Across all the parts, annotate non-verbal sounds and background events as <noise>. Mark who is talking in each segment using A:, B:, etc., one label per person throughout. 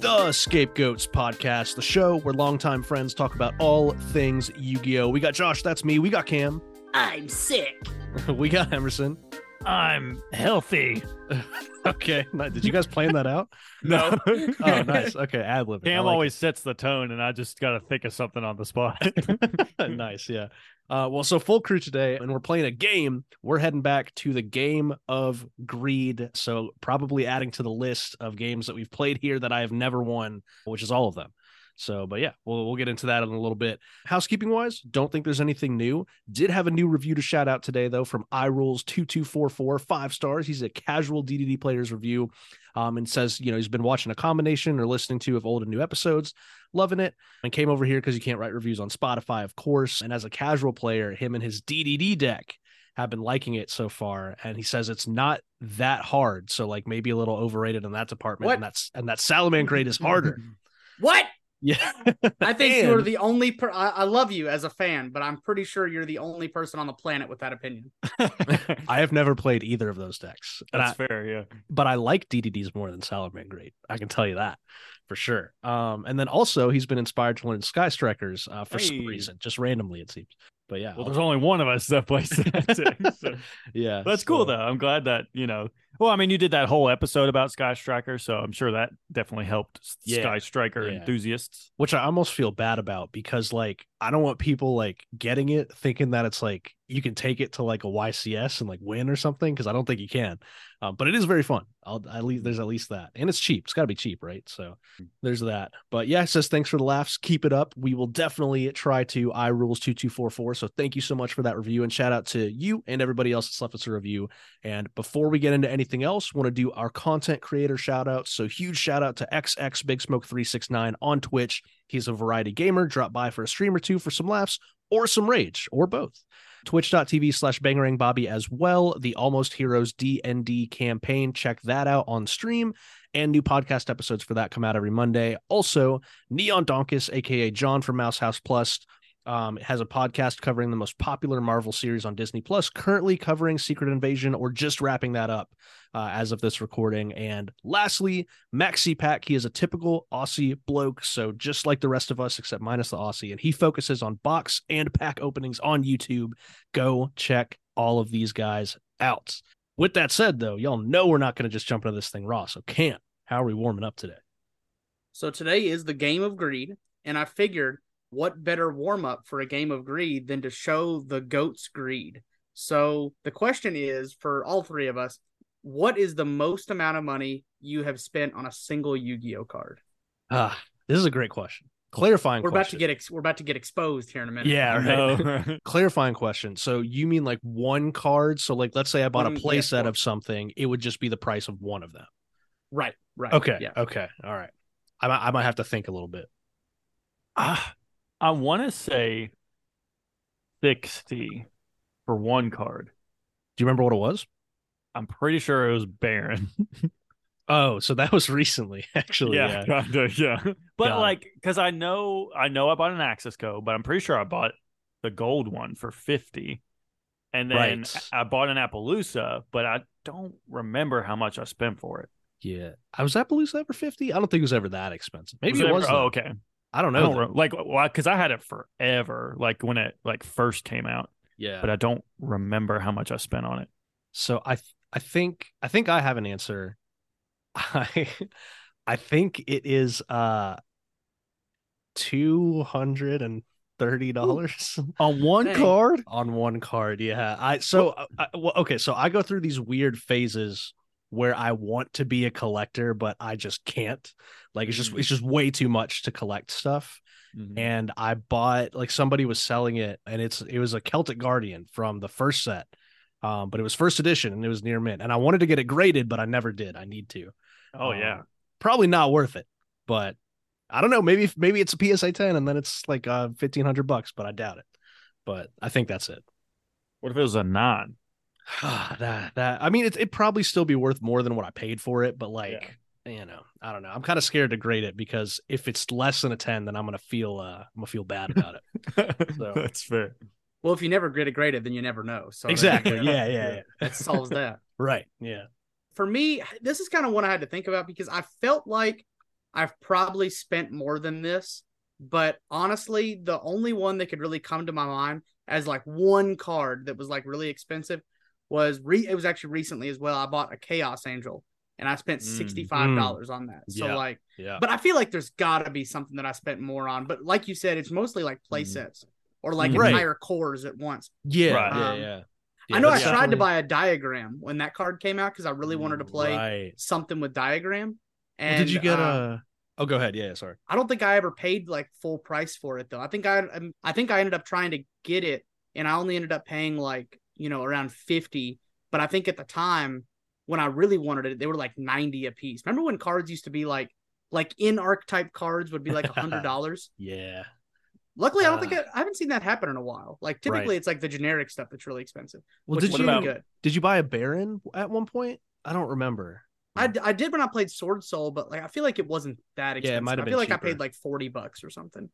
A: the Scapegoats Podcast, the show where longtime friends talk about all things Yu Gi Oh! We got Josh, that's me. We got Cam. <laughs>
B: I'm sick.
A: we got Emerson. <laughs>
C: I'm healthy.
A: Okay. ni- Did you guys plan that out?
C: No.
A: Oh, nice. Okay. Ad lib.
C: <laughs> Cam always sets the tone, and I just got to think of something on the spot.
A: <laughs> nice. Yeah. Uh, well, so full crew today, and we're playing a game. We're heading back to the game of greed. So, probably adding to the list of games that we've played here that I have never won, which is all of them. So, but yeah, we'll, we'll get into that in a little bit. Housekeeping wise, don't think there's anything new. Did have a new review to shout out today, though, from iRules2244, five stars. He's a casual DDD players review um, and says, you know, he's been watching a combination or listening to of old and new episodes, loving it and came over here because you can't write reviews on Spotify, of course. And as a casual player, him and his DDD deck have been liking it so far. And he says it's not that hard, so like maybe a little overrated in that department.
B: What?
A: And that's and that Salaman grade is harder.
B: What?
A: yeah,
B: I think you're
A: And-
B: the only. Per- I-, I love you as a fan, but I'm pretty sure you're the only person on the planet with that opinion.
C: <laughs> <laughs> That's
A: <laughs> I have never played either of those decks, and I,
C: fair, yeah.
A: but I like DDDs more than Salaman grade. I can tell you that for sure. Um, and then also he's been inspired to learn Sky Strikers uh, for some
C: Hey.
A: reason, just randomly it seems. But yeah,
C: Well, there's only one of us that <laughs> plays that. too, so.
A: yeah,
C: That's
A: so-
C: cool, though. I'm glad that, you know, well, I mean, you did that whole episode about Sky Striker, so I'm sure that definitely helped s-
A: Yeah,
C: Sky Striker
A: yeah.
C: <laughs> enthusiasts.
A: which I almost feel bad about because like I don't want people like getting it thinking that it's like you can take it to like a YCS and like win or something because I don't think you can. Um, but it is very fun. I'll at least there's at least that, and it's cheap. It's got to be cheap, right? So there's that. But yeah, it says thanks for the laughs. Keep it up. We will definitely try to I rules two two four four. So thank you so much for that review and shout out to you and everybody else that's left us a review. And before we get into anything else, want to do our content creator shout out. So huge shout out to XX Big Smoke three six nine on Twitch. He's a variety gamer. Drop by for a stream or two for some laughs or some rage or both. Twitch.tv slash bangerang Bobby as well. The Almost Heroes DND campaign. Check that out on stream. And new podcast episodes for that come out every Monday. Also, Neon Donkus, aka John from Mouse House Plus, um, has a podcast covering the most popular Marvel series on Disney Plus, currently covering Secret Invasion or just wrapping that up uh, as of this recording. And lastly, Maxi Pack, he is a typical Aussie bloke, so just like the rest of us, except minus the Aussie, and he focuses on box and pack openings on YouTube. Go check all of these guys out. With that said, though, y'all know we're not going to just jump into this thing raw, so can't. How are we warming up today?
B: So today is the game of greed, and I figured what better warm up for a game of greed than to show the goat's greed. So the question is for all three of us, what is the most amount of money you have spent on a single Yu-Gi-Oh card?
A: Ah, this is a great question. Clarifying
B: We're about to
A: question.
B: get ex- we're about to get exposed here in a minute.
A: Yeah, right.
C: No.
A: clarifying question. So you mean like one card? So like let's say I bought a
B: Mm, yeah,
A: playset
B: sure.
A: of something, it would just be the price of one of them.
B: Right, right.
A: Okay.
B: Yeah.
A: Okay. All right. I might, I might have to think a little bit.
C: Ah, <laughs> I want to say 60 for one card.
A: Do you remember what it was?
C: I'm pretty sure it was Baron.
A: Oh, so that was <laughs> recently, actually. Yeah.
C: kinda, yeah. <laughs> But
A: Got it.
C: like, because I know, I know I bought an Axis code, but I'm pretty sure I bought the gold one for 50, and then
A: Right.
C: I bought an Appaloosa, but I don't remember how much I spent for it.
A: Yeah. I was Appaloosa ever 50? I don't think it was ever that expensive. Maybe it
C: ever-
A: was.
C: Oh,
A: though.
C: okay.
A: I don't
C: I
A: know.
C: don't
A: though.
C: re- like, because I had it forever, like when it like first came out,
A: yeah.
C: but I don't remember how much I spent on it.
A: so I th- I think I think I have an answer. <laughs> I I think it is uh two hundred and thirty dollars
C: On one
B: Dang.
C: card.
A: on one card. Yeah. I so I, I, well, okay, so I go through these weird phases where I want to be a collector, but I just can't. Like it's just
C: Mm.
A: it's just way too much to collect stuff. and I bought like somebody was selling it, and it's it was a Celtic Guardian from the first set, um, but it was first edition and it was near mint, and I wanted to get it graded, but I never did. I need to.
C: Oh
A: Um,
C: yeah.
A: probably not worth it, but I don't know. Maybe maybe it's a PSA ten, and then it's like uh fifteen hundred bucks, but I doubt it. But I think that's it. <sighs>
C: What if it was
A: <laughs>
C: a nine?
A: that that I mean, it it probably still be worth more than what I paid for it, but like. You know, I don't know. I'm kind of scared to grade it because if it's less than a ten, then I'm gonna feel uh, I'm gonna feel bad about it.
C: That's fair.
B: Well, if you never get it graded, then you never know. So there you
A: exactly. <laughs>
B: <laughs> go.
A: Yeah, yeah, yeah.
B: That
C: <laughs>
B: solves that.
A: Right. Yeah.
B: for me, this is kind of one I had to think about because I felt like I've probably spent more than this, but honestly, the only one that could really come to my mind as like one card that was like really expensive was re- it was actually recently as well. I bought a Chaos Angel and I spent
C: Mm,
B: sixty five dollars on that. So
A: Yeah.
B: like,
A: Yeah.
B: but I feel like there's got to be something that I spent more on. But like you said, it's mostly like play
C: Mm.
B: sets or like
A: Right.
B: entire cores at once.
A: Yeah.
C: Right.
A: Yeah.
B: Um,
A: yeah.
B: I know I
A: that's
B: tried to
A: definitely-
B: buy a diagram when that card came out because I really wanted to play
A: Right.
B: something with diagram. And
A: well, did you get
B: uh,
A: a? Oh, go ahead. Yeah. Sorry.
B: I don't think I ever paid like full price for it though. I think I um, I think I ended up trying to get it and I only ended up paying like, you know, around 50, but I think at the time when I really wanted it, they were like 90 a piece. Remember when cards used to be like like in archetype cards would
A: <laughs>
B: be like $100?
A: Yeah.
B: Luckily, I don't think
A: Ah.
B: I, I haven't seen that happen in a while. Like typically
A: Right.
B: it's like the generic stuff that's really expensive.
A: Well,
B: which
A: did
B: would
A: you
B: have been
C: about-
B: good.
A: did you buy a Baron at one point? I don't remember.
B: I, d- I did when I played Sword Soul, but like I feel like it wasn't that expensive.
A: Yeah, it might have
B: I
A: been
B: feel like I
A: cheaper.
B: paid like 40 bucks or something.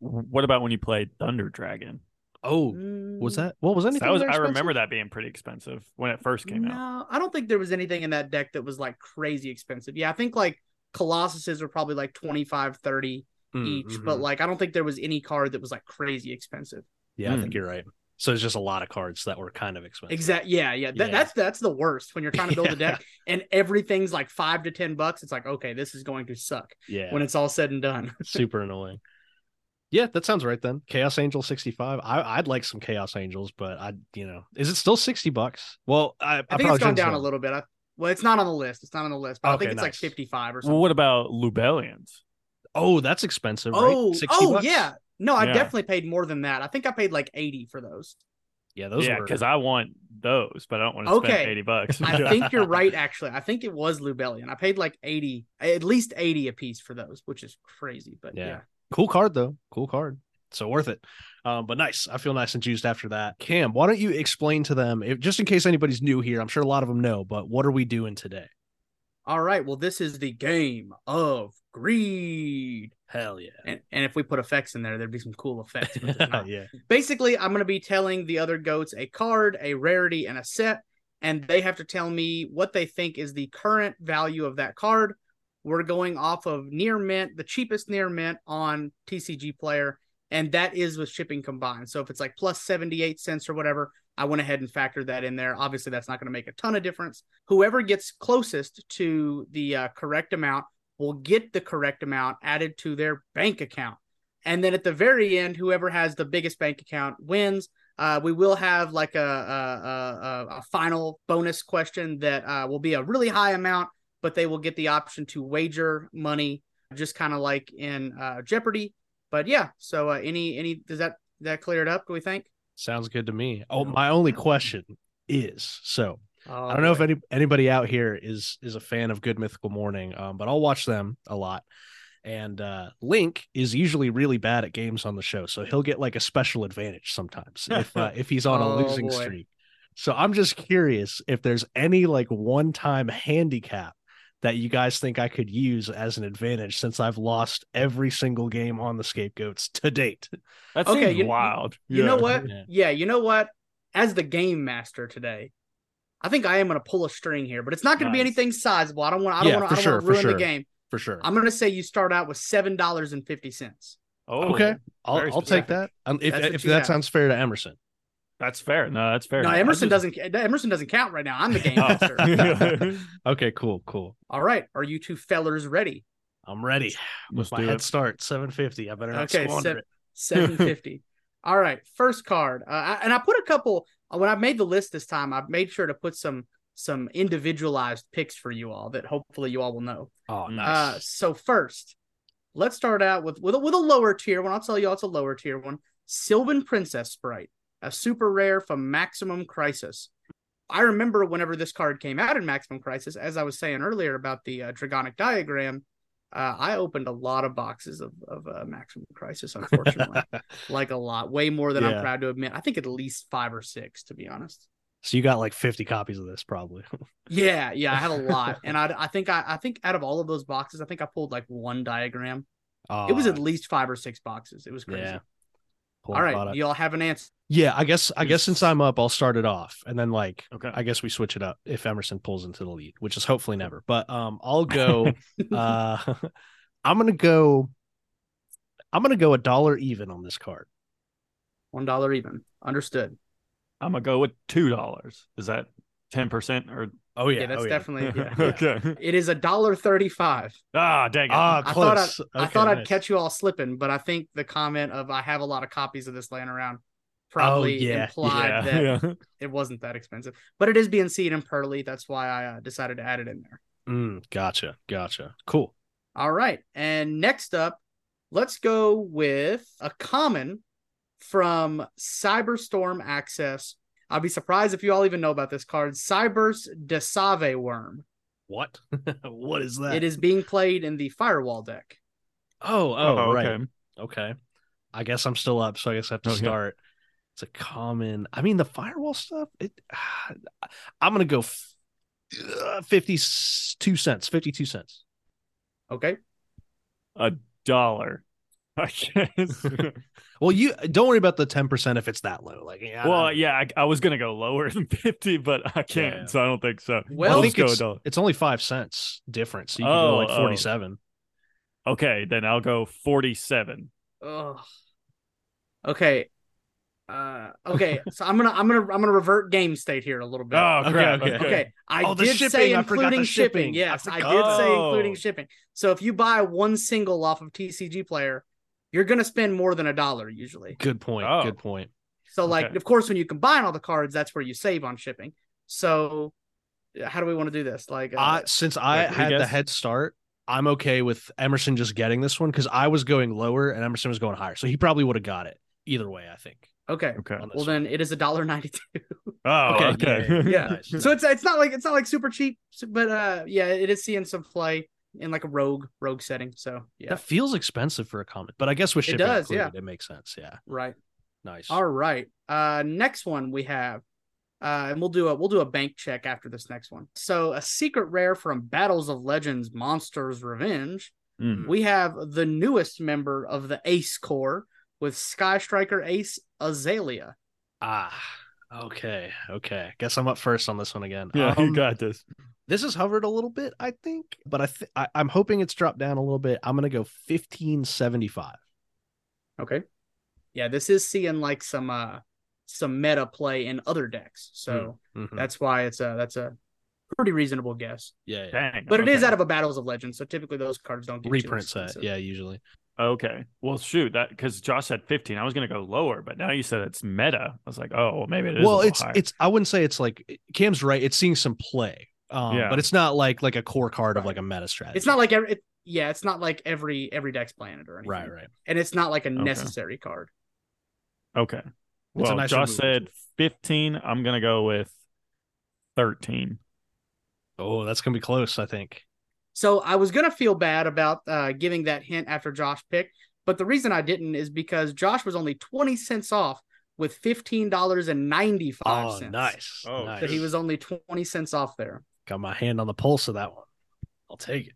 C: What about when you played Thunder Dragon?
A: Oh,
B: Mm.
A: was that? What was anything?
C: That was
A: there
C: I
A: expensive?
C: remember that being pretty expensive when it first came
B: Mm, no,
C: out.
B: I don't think there was anything in that deck that was like crazy expensive. Yeah, I think like Colossuses were probably like 25, 30
A: Mm,
B: each,
A: mhm.
B: but like I don't think there was any card that was like crazy expensive.
A: yeah, I
C: Mm.
A: think you're right. So it's just a lot of cards that were kind of expensive.
B: Exactly. Yeah, yeah. That,
A: Yeah.
B: That's that's the worst when you're trying to build
A: <laughs>
B: a
A: Yeah.
B: deck and everything's like five to ten bucks. It's like okay, this is going to suck
A: Yeah.
B: when it's all said and done.
A: <laughs> super annoying. Yeah, that sounds right then. Chaos Angel 65. I I'd like some Chaos Angels, but I you know, is it still 60 bucks? Well, I
B: I think it's gone down a little bit. I, well, it's not on the list. It's not on the list, but I
A: Okay,
B: think it's like
A: nice.
B: 55 or something.
C: Well, what about Lubellians?
A: Oh, that's expensive, right?
B: oh,
A: 60
B: oh
A: bucks?
B: yeah. No, I
C: Yeah.
B: definitely paid more than that. I think I paid like 80
A: <laughs>
B: for those.
A: Yeah, those
C: yeah,
A: were
C: because I want those, but I don't want to
B: Okay.
C: spend eighty bucks.
B: I
C: <laughs>
A: Yeah.
B: think you're right. Actually, I think it was Lubellian. I paid like eighty, at least eighty a piece for those, which is crazy. But
A: Yeah.
B: yeah,
A: cool card though. Cool card. So worth it. Um, but nice. I feel nice and juiced after that. Cam, why don't you explain to them if just in case anybody's new here, I'm sure a lot of them know, but what are we doing today?
B: all right. Well, this is the game of greed,
A: Hell yeah.
B: and, and if we put effects in there, there'd be some cool effects. But there's
A: <laughs>
B: not.
A: yeah.
B: Basically, I'm going to be telling the other goats a card, a rarity, and a set, and they have to tell me what they think is the current value of that card. We're going off of near mint, the cheapest near mint on TCG player, and that is with shipping combined. So if it's like plus 78 cents or whatever, I went ahead and factored that in there. Obviously, that's not going to make a ton of difference. Whoever gets closest to the uh, correct amount will get the correct amount added to their bank account. And then at the very end, whoever has the biggest bank account wins. Uh, we will have like a, a, a, a- a final bonus question that uh, will be a really high amount, but they will get the option to wager money, just kind of like in uh, Jeopardy. But yeah, so uh, any any does that that clear it up? Do we think?
A: Sounds good to me. Oh, my only question is so
B: Oh,
A: I don't know if any anybody out here is is a fan of Good Mythical Morning, um, but I'll watch them a lot. And uh, Link is usually really bad at games on the show, so he'll get like a special advantage
B: <laughs>
A: sometimes if uh, if he's on a
B: Oh,
A: losing
B: boy.
A: streak. So I'm just curious if there's any like one time handicap that you guys think I could use as an advantage since I've lost every single game on the scapegoats to date.
C: That
B: Okay,
C: seems
B: you-
C: wild.
B: You know what?
A: Yeah.
B: Yeah. you know what? As the game master today, I think I am going to pull a string here, but it's not going to be
C: Nice.
B: anything sizable. I don't want. I don't
A: Yeah,
B: want
A: for
B: to
A: sure, for
B: ruin
A: sure.
B: the game.
A: For sure.
B: I'm going to say you start out with seven dollars and fifty cents.
C: Oh,
A: okay, I'll,
C: very
A: I'll take
C: specific.
A: that. Um, if
B: That's what
A: if
B: you
A: that
B: have.
A: sounds fair to Emerson.
C: that's fair. No, that's fair.
B: No,
C: I
B: Emerson
C: just-
B: doesn't. Emerson doesn't count right now. I'm the game
C: Oh. <laughs>
B: master.
A: Okay, cool, cool.
B: All right, are you two fellers ready?
A: I'm ready.
B: <laughs>
C: Let's
A: My
C: do
A: head
C: it.
A: start 750. I better not
B: Okay,
A: squander
B: sev-
A: it.
C: <laughs>
B: 750. All right, first card. Uh, I- and I put a couple uh, when I made the list this time, I made sure to put some some individualized picks for you all that hopefully you all will know.
A: Oh,
C: Mm.
A: nice.
B: Uh so first, let's start out with with a, with a lower tier one. I'll tell you all it's a lower tier one. Sylvan Princess Sprite, a super rare from Maximum Crisis. I remember whenever this card came out in Maximum Crisis, as I was saying earlier about the uh, Dragonic Diagram, uh, I opened a lot of boxes of, of uh, Maximum Crisis,
A: <laughs>
B: unfortunately. like a lot, way more than
A: Yeah.
B: I'm proud to admit. I think at least five or six, to be honest.
A: so you got like 50 copies of this, probably. <laughs>
B: Yeah, yeah, I have a lot, and I, I think I, I think out of all of those boxes, I think I pulled like one diagram. it was
A: Uh,
B: at least five or six boxes. It was crazy.
A: yeah. Poor
B: all right,
A: product.
B: y'all have an answer.
A: Yeah, I guess I guess
C: Yes.
A: since I'm up, I'll start it off, and then like
C: Okay.
A: I guess we switch it up
B: <laughs>
A: if Emerson pulls into the lead, which is hopefully never. But um, I'll go. uh, <laughs> I'm gonna go. I'm gonna go a dollar even on this card.
B: One dollar even. Understood.
C: I'm gonna go with two dollars. Is that ten percent or
A: Oh
B: Yeah, that's
A: oh,
B: definitely. <laughs>
C: <laughs>
B: Yeah, yeah.
C: okay?
B: It is a dollar thirty-five.
C: Ah, dang it!
A: Ah,
B: I thought
A: close.
B: I
A: Okay,
B: thought I'd
A: nice. Oh,
B: catch you all slipping, but I think the comment of "I have a lot of copies of this laying around" probably
A: Oh, <laughs> yeah,
B: implied
C: yeah,
B: that
C: yeah.
B: it wasn't that expensive. But it is being seen in Pearly. That's why I uh, decided to add it in there.
A: Mm, gotcha, gotcha. Cool.
B: All right. And next up, let's go with a common from Cyberstorm Access. I'll be surprised if you all even know about this card. Cyber's Desave Worm.
A: What? <laughs> what is that?
B: It is being played in the Firewall deck.
A: Oh, oh,
C: Oh,
A: right.
C: okay. Oh,
A: Okay. I guess I'm still up, so I guess I have to
C: Okay.
A: start. It's a common. I mean, the firewall stuff. It. <sighs> I'm gonna go f- uh, fifty-two cents. Fifty-two cents.
B: Okay.
C: A dollar. <laughs> I
B: <laughs>
C: guess.
A: Well, you don't worry about the ten percent if it's that low. Like, yeah, I
C: well,
A: don't-
C: yeah, I, I was gonna go lower <laughs> than fifty, but I can't,
A: Yeah.
C: so I don't think so.
B: Well,
C: I'll
A: I
C: just
A: think
C: go a
A: it's,
C: dollar.
A: it's only five cents difference. So you can
C: Oh,
A: go like
C: oh.
A: forty-seven.
C: Okay, then I'll go forty-seven.
B: Ugh. Okay. Uh, okay, so I'm gonna I'm gonna I'm gonna revert game state here a little bit.
C: Oh,
A: Okay,
C: crap.
A: okay.
B: Okay, I
A: Oh, the
B: did say
A: shipping. I forgot the
B: including
A: shipping.
B: shipping.
A: I
B: Yes, I,
A: forgot.
B: did say
C: Oh.
B: including shipping. So if you buy one single off of TCG Player, you're gonna spend more than a dollar usually.
A: Good point.
C: Oh.
A: Good point.
B: So like,
C: Okay.
B: of course, when you combine all the cards, that's where you save on shipping. So how do we want to do this? Like, uh,
A: I since I
C: Like, we
A: had the
C: guess-
A: head start, I'm okay with Emerson just getting this one because I was going lower and Emerson was going higher, so he probably would have got it either way. I think.
B: okay.
C: Okay.
A: on this
B: Well
A: one.
B: then, it is a dollar
A: <laughs>
B: ninety two.
C: Oh, okay.
B: <laughs> Yeah.
A: Nice,
B: So
A: nice.
B: it's it's not like it's not like super cheap, so- but uh, yeah, it is seeing some play in like a rogue rogue setting. So yeah,
A: That feels expensive for a comment, but I guess with
B: It
A: shipping
B: does, yeah.
A: included, it makes sense. Yeah,
B: right.
A: nice.
B: All right. Uh, next one we have, uh, and we'll do a we'll do a bank check after this next one. So a secret rare from Battles of Legends: Monsters Revenge.
A: Hmm.
C: Mm.
B: We have the newest member of the Ace Corps with Sky Striker Ace Azalea.
A: Ah, okay, okay. Guess I'm up first on this one again.
C: Yeah,
A: Um,
C: you got this.
A: this has hovered a little bit, I think, but I, th- I I'm hoping it's dropped down a little bit. I'm gonna go 1575.
B: Okay. Yeah, this is seeing like some uh some meta play in other decks, so
C: Mm-hmm.
A: Mhm.
B: that's why it's a that's a pretty reasonable guess.
A: yeah, yeah.
C: Dang.
B: But it is
C: okay.
B: out of a Battles of Legends, so typically those cards don't get
A: reprint
B: too
A: set.
B: expensive.
A: Yeah, usually.
C: Okay. Well, shoot, that because Josh said 15. I was gonna go lower, but now you said it's meta. I was like, oh, well, maybe it is. a
A: well
C: little
A: it's
C: higher.
A: it's i wouldn't say it's like cam's right it's seeing some play um
C: Yeah.
A: but it's not like like a core card of
B: Right.
A: like a meta strategy
B: It's not like every it, yeah, it's not like every every deck's planet or anything.
A: right right
B: And it's not like a necessary card.
C: okay. Well,
A: nicer
C: Josh
A: move.
C: said 15. I'm gonna go with 13.
A: oh that's gonna be close i think
B: So I was gonna feel bad about uh, giving that hint after Josh picked, but the reason I didn't is because Josh was only twenty cents off with fifteen dollars and ninety five
A: oh
B: cents.
A: nice
C: Oh,
A: nice
B: So he was only twenty cents off there.
A: got my hand on the pulse of that one i'll take it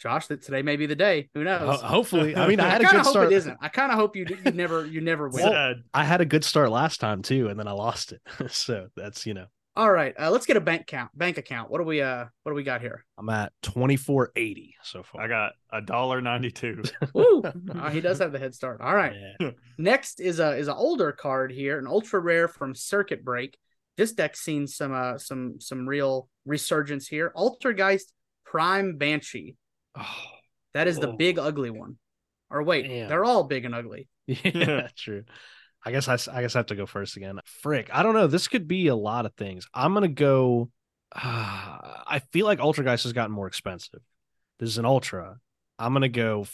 B: Josh, that today may be the day. Who knows?
A: Ho- hopefully Oh, i mean i
B: <laughs> I,
A: had a
B: kind
A: good
B: of hope
A: start
B: it isn't. I kind of hope you, you never you
A: <laughs>
B: never win.
C: Sad.
A: i had a good start last time too and then i lost it <laughs> so that's you know
B: All right, uh, let's get a bank count. Bank account. What do we uh What do we got here?
A: i'm at 2480 so far
C: I got a
B: <laughs>
C: dollar 92.
A: <laughs>
B: Woo! Uh, he does have the head start. All right. <laughs>
A: Yeah.
B: Next is a is an older card here, an ultra rare from Circuit Break. This deck's seen some uh some some real resurgence here. Altergeist Prime Banshee.
A: Oh,
B: <laughs> That is the
A: Oh.
B: big ugly one. Or wait,
A: Damn.
B: they're all big and ugly.
A: <laughs> Yeah, true. I guess I, s- I guess I have to go first again. Frick, I don't know. This could be a lot of things. I'm gonna go. <sighs> I feel like Ultrageist has gotten more expensive. This is an Ultra. I'm gonna go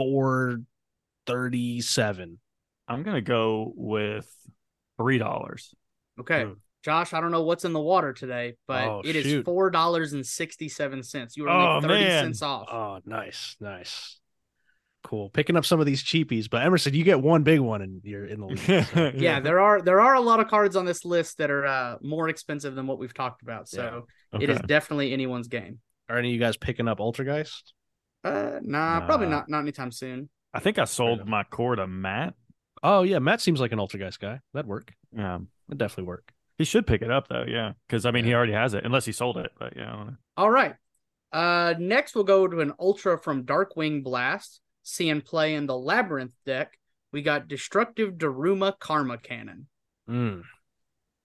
A: four thirty-seven.
C: I'm gonna go with three dollars.
B: Okay.
A: Hmm.
B: Josh, I don't know what's in the water today,
A: Oh,
B: but it is
A: shoot.
B: four dollars and sixty seven cents. You were only
C: Oh,
B: thirty
C: man.
B: cents off.
A: Oh, nice, nice, cool. Picking up some of these cheapies, but Emerson, you get one big one, and you're in the lead. so.
B: yeah, there are there are a lot of cards on this list that are uh, more expensive than what we've talked about. So it is definitely anyone's game.
A: Are any of you guys picking up Ultrageist?
B: Uh, nah, probably
C: Nah.
B: not not anytime soon.
C: I think I sold
A: enough.
C: my core to Matt.
A: Oh yeah, Matt seems like an Ultrageist guy. That'd work.
C: Yeah.
A: That'd definitely work.
C: He should pick it up though, yeah. Because I mean, he already has it, unless he sold it. But yeah, I don't know.
B: All right, Uh, next, we'll go to an Ultra from Darkwing Blast, seeing play in the Labyrinth deck. We got Destructive Daruma Karma Cannon.
A: Mm.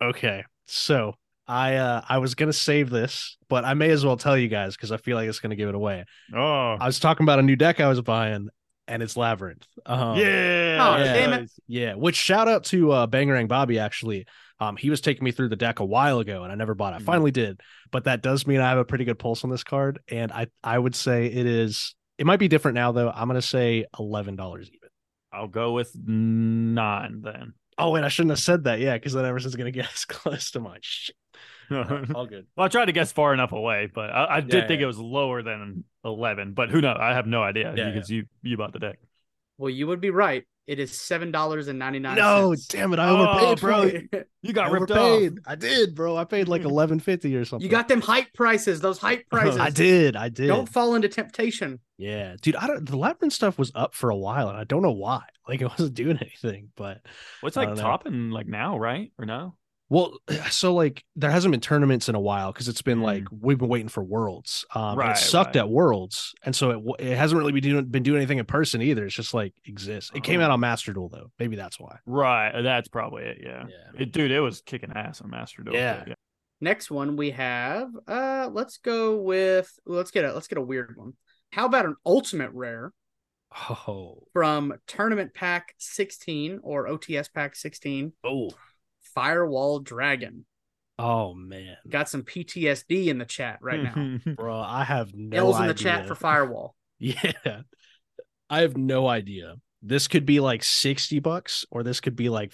A: Okay. So I uh I was gonna save this, but I may as well tell you guys because I feel like it's gonna give it away.
C: Oh,
A: I was talking about a new deck I was buying, and it's Labyrinth. Um,
C: yeah.
B: Oh,
C: yeah.
B: damn it.
A: yeah. Which shout out to uh Bangerang Bobby actually. Um, he was taking me through the deck a while ago, and I never bought it. I
C: Mhm.
A: finally did, but that does mean I have a pretty good pulse on this card, and I I would say it is. It might be different now though. I'm gonna say eleven dollars even.
C: I'll go with nine then. <laughs>
A: Oh wait, I shouldn't have said that. Yeah, because then Everson's gonna get <laughs> as close to mine. Shit.
C: well,
A: All good.
C: I tried to guess far enough away, but I, I did
A: Yeah,
C: think
A: yeah.
C: it was lower than eleven. But who knows? I have no idea
A: Yeah,
C: because you you bought the deck.
B: Well, you would be right. It is seven dollars and ninety nine.
A: <laughs> No, damn it! I
C: Oh,
A: overpaid,
C: bro,
A: for it.
C: You got
A: I
C: ripped off.
A: overpaid. I did, bro. I paid like eleven fifty or something.
B: <laughs> you got them hype prices. Those hype
A: <laughs>
B: prices.
A: I did. I did.
B: Don't fall into temptation.
A: Yeah, dude. I don't. The labyrinth stuff was up for a while, and I don't know why. Like it wasn't doing anything. But
C: What's
A: I
C: like
A: don't know.
C: topping like now, right or no?
A: well, eh, so like there hasn't been tournaments in a while because it's been
C: Mm.
A: like we've been waiting for worlds. Um, and
C: Right,
A: it sucked
C: right.
A: at worlds, and so it w- it hasn't really been doing been doing anything in person either. It's just like exists. It came
C: Oh.
A: out on Master Duel though. Maybe that's why.
C: Right, Uh, that's probably it. Yeah, It- dude, it was kicking ass on Master Duel.
A: Yeah.
C: yeah.
B: Next one we have. Uh, let's go with. Let's get a. Let's get a weird one. How about an ultimate rare
A: Oh.
B: from Tournament Pack 16 or OTS Pack 16?
A: Oh.
B: Firewall Dragon.
A: Oh man,
B: Got some PTSD in the chat right
C: <laughs>
B: now.
A: bro. I have Mm-hmm. no
B: L's
A: idea.
B: in the chat for Firewall.
A: <laughs> Yeah. I have no idea. This could be like 60 bucks or this could be like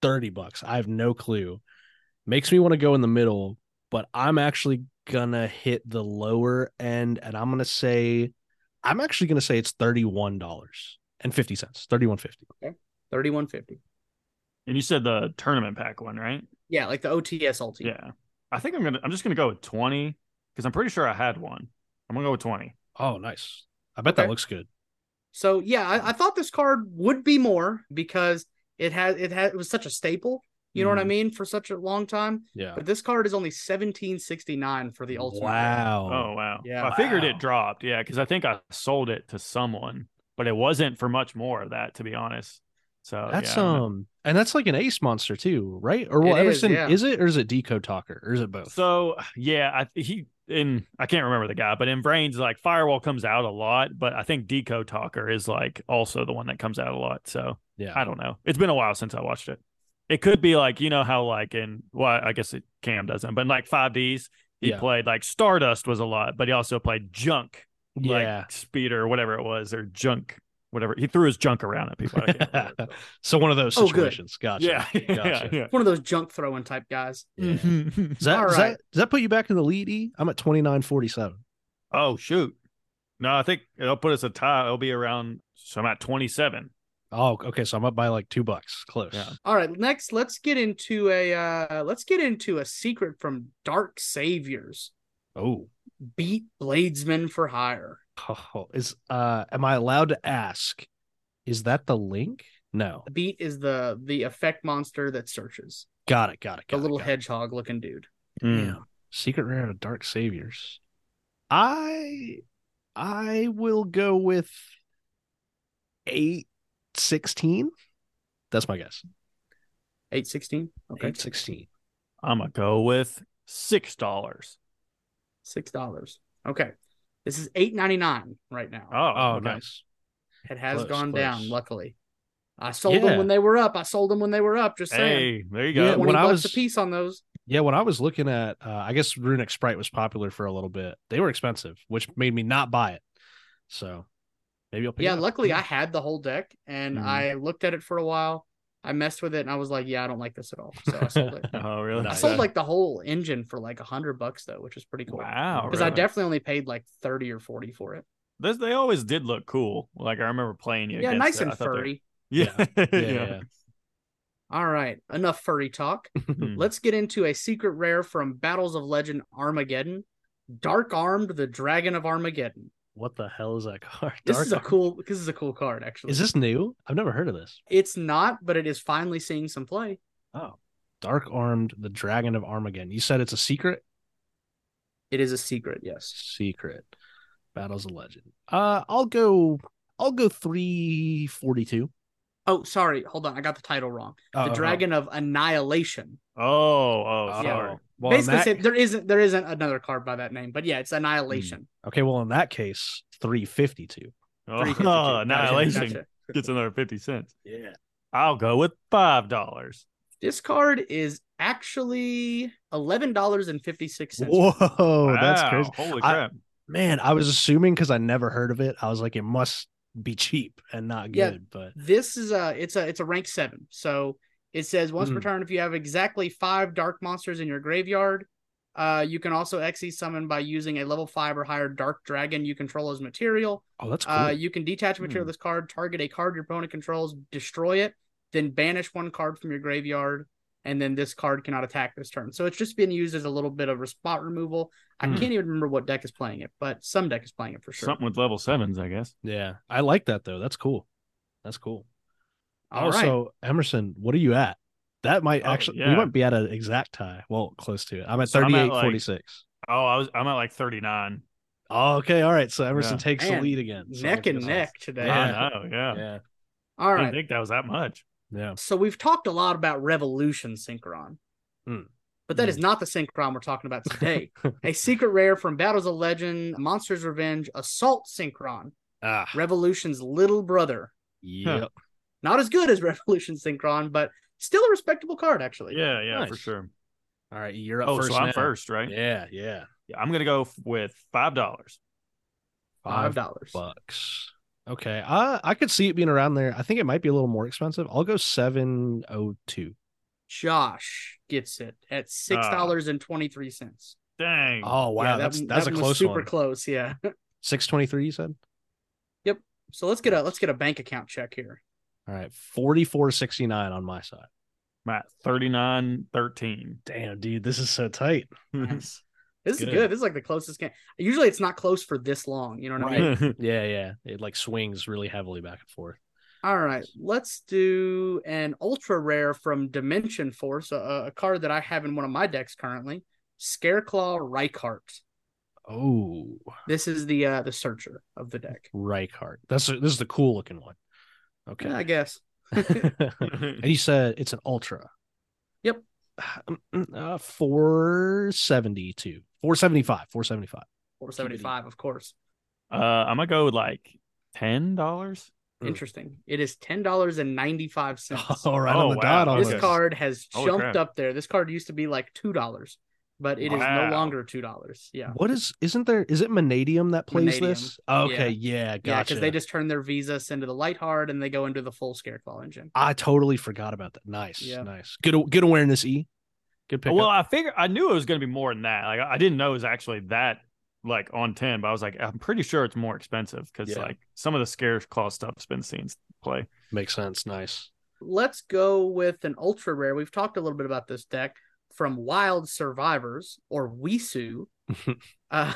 A: 30 bucks. I have no clue. Makes me want to go in the middle, but I'm actually going to hit the lower end and I'm going to say I'm actually going to say it's $31.50. 31.50.
B: 3150.
C: and you said the tournament pack one, right?
B: Yeah, like the OTS ulti.
C: Yeah. I think I'm gonna. I'm just gonna go with twenty because I'm pretty sure I had one. I'm gonna go with twenty.
A: Oh, nice. I bet
B: Okay.
A: that looks good.
B: So yeah, I, I thought this card would be more because it has it has it was such a staple. You know what I
C: Mhm.
A: Mm-hmm.
B: mean for such a long time.
A: Yeah.
B: But this card is only seventeen sixty nine for the ultimate. rare.
A: Wow.
C: Oh wow.
B: Yeah.
C: I figured
A: Wow.
C: it dropped. Yeah, because I think I sold it to someone, but it wasn't for much more of that, to be honest. So
A: That's
C: yeah, I don't know.
A: um and that's like an ace monster too, right? Or
B: It
A: well,
B: is,
A: Everson
B: yeah.
A: is it or is it decode talker or is it both?
C: So yeah, I he in I can't remember the guy, but in Brains like Firewall comes out a lot, but I think Deco Talker is like also the one that comes out a lot. So
A: yeah.
C: I don't know. It's been a while since I watched it. It could be like you know how like in well I guess it Cam doesn't, but in like five Ds he
A: Yeah.
C: played like Stardust was a lot, but he also played Junk
A: yeah.
C: like speeder, whatever it was, or junk, whatever. He threw his junk around at people. I can't
B: <laughs>
C: remember.
A: So one of those
B: Oh, good.
A: situations. <laughs> Gotcha.
B: <laughs>
C: yeah, <laughs> yeah,
A: Gotcha.
C: yeah.
B: One of those junk throwing type guys.
A: Yeah.
C: Mhm.
A: Does that,
B: All
A: does,
B: right.
A: that, does that put you back in the lead? E? I'm at 29.47.
C: Oh shoot! No, I think it'll put us a tie. It'll be around. So I'm at 27.
A: Oh, okay. So I'm up by like two bucks. Close.
C: Yeah.
B: All right, next let's get into a uh let's get into a secret from Dark Saviors.
A: Oh. <laughs>
B: Beat Bladesman for hire.
A: oh. Is uh am I allowed to ask? Is that the link? No.
B: Beat is the the effect monster that searches.
A: Got it. Got it.
B: The
A: Got it,
B: little Hmm.
A: got it.
B: hedgehog looking dude.
A: Yeah. Secret rare to Dark Saviors. I I will go with eight sixteen. That's my guess.
B: 816. Okay.
A: Eight sixteen.
C: I'm gonna go with six dollars.
B: Six dollars. Okay. This is eight ninety nine right now.
C: Oh,
A: Oh,
C: okay.
A: nice.
B: it has
A: close,
B: gone
A: close.
B: down, luckily. I sold them
A: Yeah.
B: when they were up. I sold them when they were up, just saying.
C: Hey, there you
A: Yeah,
C: go.
B: Twenty
A: when I
B: bucks
A: was-
B: a piece on those.
A: Yeah, when I was looking at, uh, I guess Runic Sprite was popular for a little bit. They were expensive, which made me not buy it. So maybe I'll pick.
B: Yeah,
A: it up. <laughs>
B: luckily I had the whole deck and
A: Mhm.
B: I looked at it for a while. I messed with it and I was like, yeah, I don't like this at all.
A: <laughs>
B: So I sold it.
C: Oh, really?
B: I
A: Nice.
B: sold like the whole engine for like a hundred bucks though, which is pretty cool.
C: wow.
B: Because I
C: really?
B: definitely only paid like thirty or forty for it.
C: This- they always did look cool. Like I remember playing you.
B: Yeah,
C: against
B: nice
C: it. I
B: and
C: thought they were-
B: furry.
C: <laughs> Yeah,
A: Yeah, yeah.
B: All right, enough furry talk.
C: Hmm.
B: Let's get into a secret rare from Battles of Legend Armageddon. Dark Armed the Dragon of Armageddon.
A: What the hell is that card?
B: This
A: Dark
B: is a
A: Arc-
B: cool this is a cool card actually.
A: Is this new? I've never heard of this.
B: It's not, but it is finally seeing some play.
A: Oh, Dark Armed, the Dragon of Armageddon. You said it's a secret.
B: It is a secret, yes.
A: Secret. Battles of Legend. Uh, I'll go. I'll go three forty two.
B: Oh, sorry. Hold on. I got the title wrong. the Dragon of Annihilation.
C: Oh, oh,
A: Oh,
C: sorry.
A: Well, in
B: Basically,
A: that-
B: said there isn't there isn't another card by that name, but yeah, it's Annihilation.
A: okay. Well, in that case, three fifty two.
C: Oh, <laughs>
B: 352. Gotcha,
C: annihilation
B: gotcha.
C: gets another fifty cents.
A: Yeah.
C: I'll go with five dollars.
B: This card is actually eleven dollars and fifty six cents.
A: Whoa, Oh, that's
C: Wow,
A: crazy,
C: Holy
A: I-
C: crap!
A: man. I was assuming because I never heard of it. I was like, it must be cheap and not
B: Yeah.
A: good. But
B: This is a it's a it's a rank seven. So it says once per
A: Mhm.
B: turn, if you have exactly five dark monsters in your graveyard, uh, you can also Xe summon by using a level five or higher dark dragon you control as material.
A: oh, that's cool.
B: Uh, you can detach a material
C: Hmm.
B: of this card, target a card your opponent controls, destroy it, then banish one card from your graveyard, and then this card cannot attack this turn. So it's just been used as a little bit of a spot removal. I
C: Hmm.
B: can't even remember what deck is playing it, but some deck is playing it for sure.
C: Something with level sevens, I guess.
A: yeah, I like that though. That's cool. That's cool.
B: All right.
A: also, Emerson, what are you at? That might
C: Oh,
A: actually
C: yeah.
A: we might be at an exact tie. Well, close to it. I'm at
C: So I'm
A: thirty
C: at,
A: eight
C: like-
A: forty six.
C: Oh, I was. I'm at like thirty nine.
A: Oh, okay, all right. So Emerson
C: Yeah.
A: takes
B: Man,
A: the lead again. So
B: neck
A: that's
B: and
A: good.
B: neck today.
A: Yeah.
C: I know. Yeah.
A: Yeah,
B: All
C: I
B: right.
C: didn't think that was that much.
A: yeah.
B: So we've talked a lot about Revolution Synchron,
A: Hmm.
B: but that
A: Hmm.
B: is not the Synchron we're talking about today. a secret rare from Battles of Legend, Monsters Revenge, Assault Synchron,
A: <laughs> Ah,
B: Revolution's little brother.
A: yep.
B: Not as good as <laughs> Revolution Synchron, but still a respectable card, actually.
C: Yeah, yeah, for
A: Nice.
C: sure.
A: All right, you're up
C: Oh,
A: first.
C: so I'm
A: now.
C: first, right?
A: Yeah, yeah.
C: Yeah, I'm gonna go f- with five dollars.
B: Five dollars.
A: bucks. Okay, I I could see it being around there. I think it might be a little more expensive. I'll go seven oh two.
B: Josh gets it at six dollars and twenty three cents.
C: Dang.
A: Oh Ah. wow,
B: that
A: that's
B: one-
A: that's
B: that
A: a
B: one was
A: close
B: super
A: one.
B: close, yeah. <laughs>
A: Six twenty three. You said.
B: So let's get a let's get a bank account check
A: <laughs>
B: here.
A: All right, forty four sixty nine on my side.
C: I'm at thirty nine thirteen.
A: Damn, dude, this is so tight.
B: Nice. This
A: Good.
B: is good. This is like the closest game. Usually it's not close for this long. You know what I mean?
A: <laughs> Yeah, yeah. It like swings really heavily back and forth.
B: All right, let's do an ultra rare from Dimension Force, a, a card that I have in one of my decks currently. Scareclaw Reichart.
A: Oh,
B: This is the uh, the searcher of the deck.
A: Reichart. That's this is the cool looking one.
B: Yeah, I
A: Okay.
B: guess.
A: <laughs> and you said it's an ultra. <sighs>
B: Yep.
A: Uh, four seventy two, four seventy five, four seventy five.
B: 475, of course.
C: uh, I'm gonna go with like ten dollars.
B: Hmm.
A: Mm.
B: Interesting. It is <laughs> $10.95.
A: All right,
C: Oh,
A: on the
C: wow.
A: dot.
C: This
A: Almost.
B: This card has
C: Holy
B: jumped
C: crap.
B: up there. This card used to be like $2, but it is no
C: Wow.
B: longer $2. Yeah.
A: What is? Isn't there? Is it Manadium that plays
B: Manadium.
A: this? Okay, yeah,
B: Yeah,
A: gotcha.
B: because they just turn their Visas into the light hard and they go into the full Scareclaw engine.
A: I totally forgot about that. Nice,
B: Yeah.
A: nice. Good, good awareness. E. Good pick.
C: Well, I figure I knew it was gonna be more than that. Like I I didn't know it was actually that like on ten, but I was like, I'm pretty sure it's more expensive because
A: Yeah.
C: like some of the scare claw stuff's been seen play.
A: Makes sense. Nice.
B: Let's go with an ultra rare. We've talked a little bit about this deck from Wild Survivors or Wisu. uh,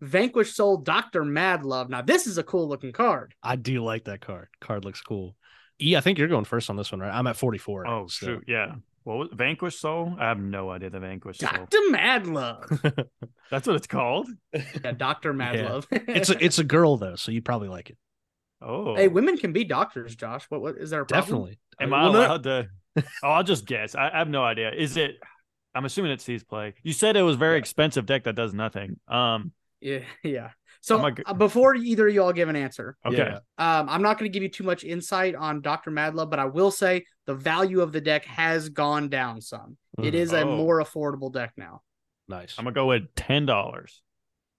B: Vanquished Soul Dr. Madlove. Now, this is a cool looking card.
A: I do like that card. Card looks cool. E, I think you're going first on this one, right? I'm at 44.
C: Oh
A: so-
C: shoot, yeah. What was Vanquish Soul? I have no idea the Vanquish Soul.
B: Dr. Madlove.
C: That's what it's called.
B: yeah, Dr. Madlove.
A: It's a it's a girl though, so you'd probably like it.
C: Oh,
B: <laughs> Hey, women can be doctors, Josh. What what is there a problem?
A: Definitely.
C: Am
A: Uh,
C: I
A: well, no- <laughs>
C: allowed to? Oh, I'll just guess. I, I have no idea. Is it? I'm assuming it sees play. You said it was very
A: Yeah.
C: expensive deck that does nothing. Um.
B: Yeah, <laughs> yeah. So
C: I'm a g-
B: uh, before either of y'all give an answer,
C: Okay.
A: Yeah.
B: um, I'm not going to give you too much insight on Dr. Madlove, but I will say the value of the deck has gone down some. It
A: Mhm.
B: is a
C: Oh.
B: more affordable deck now.
A: Nice.
C: I'm gonna go with ten dollars.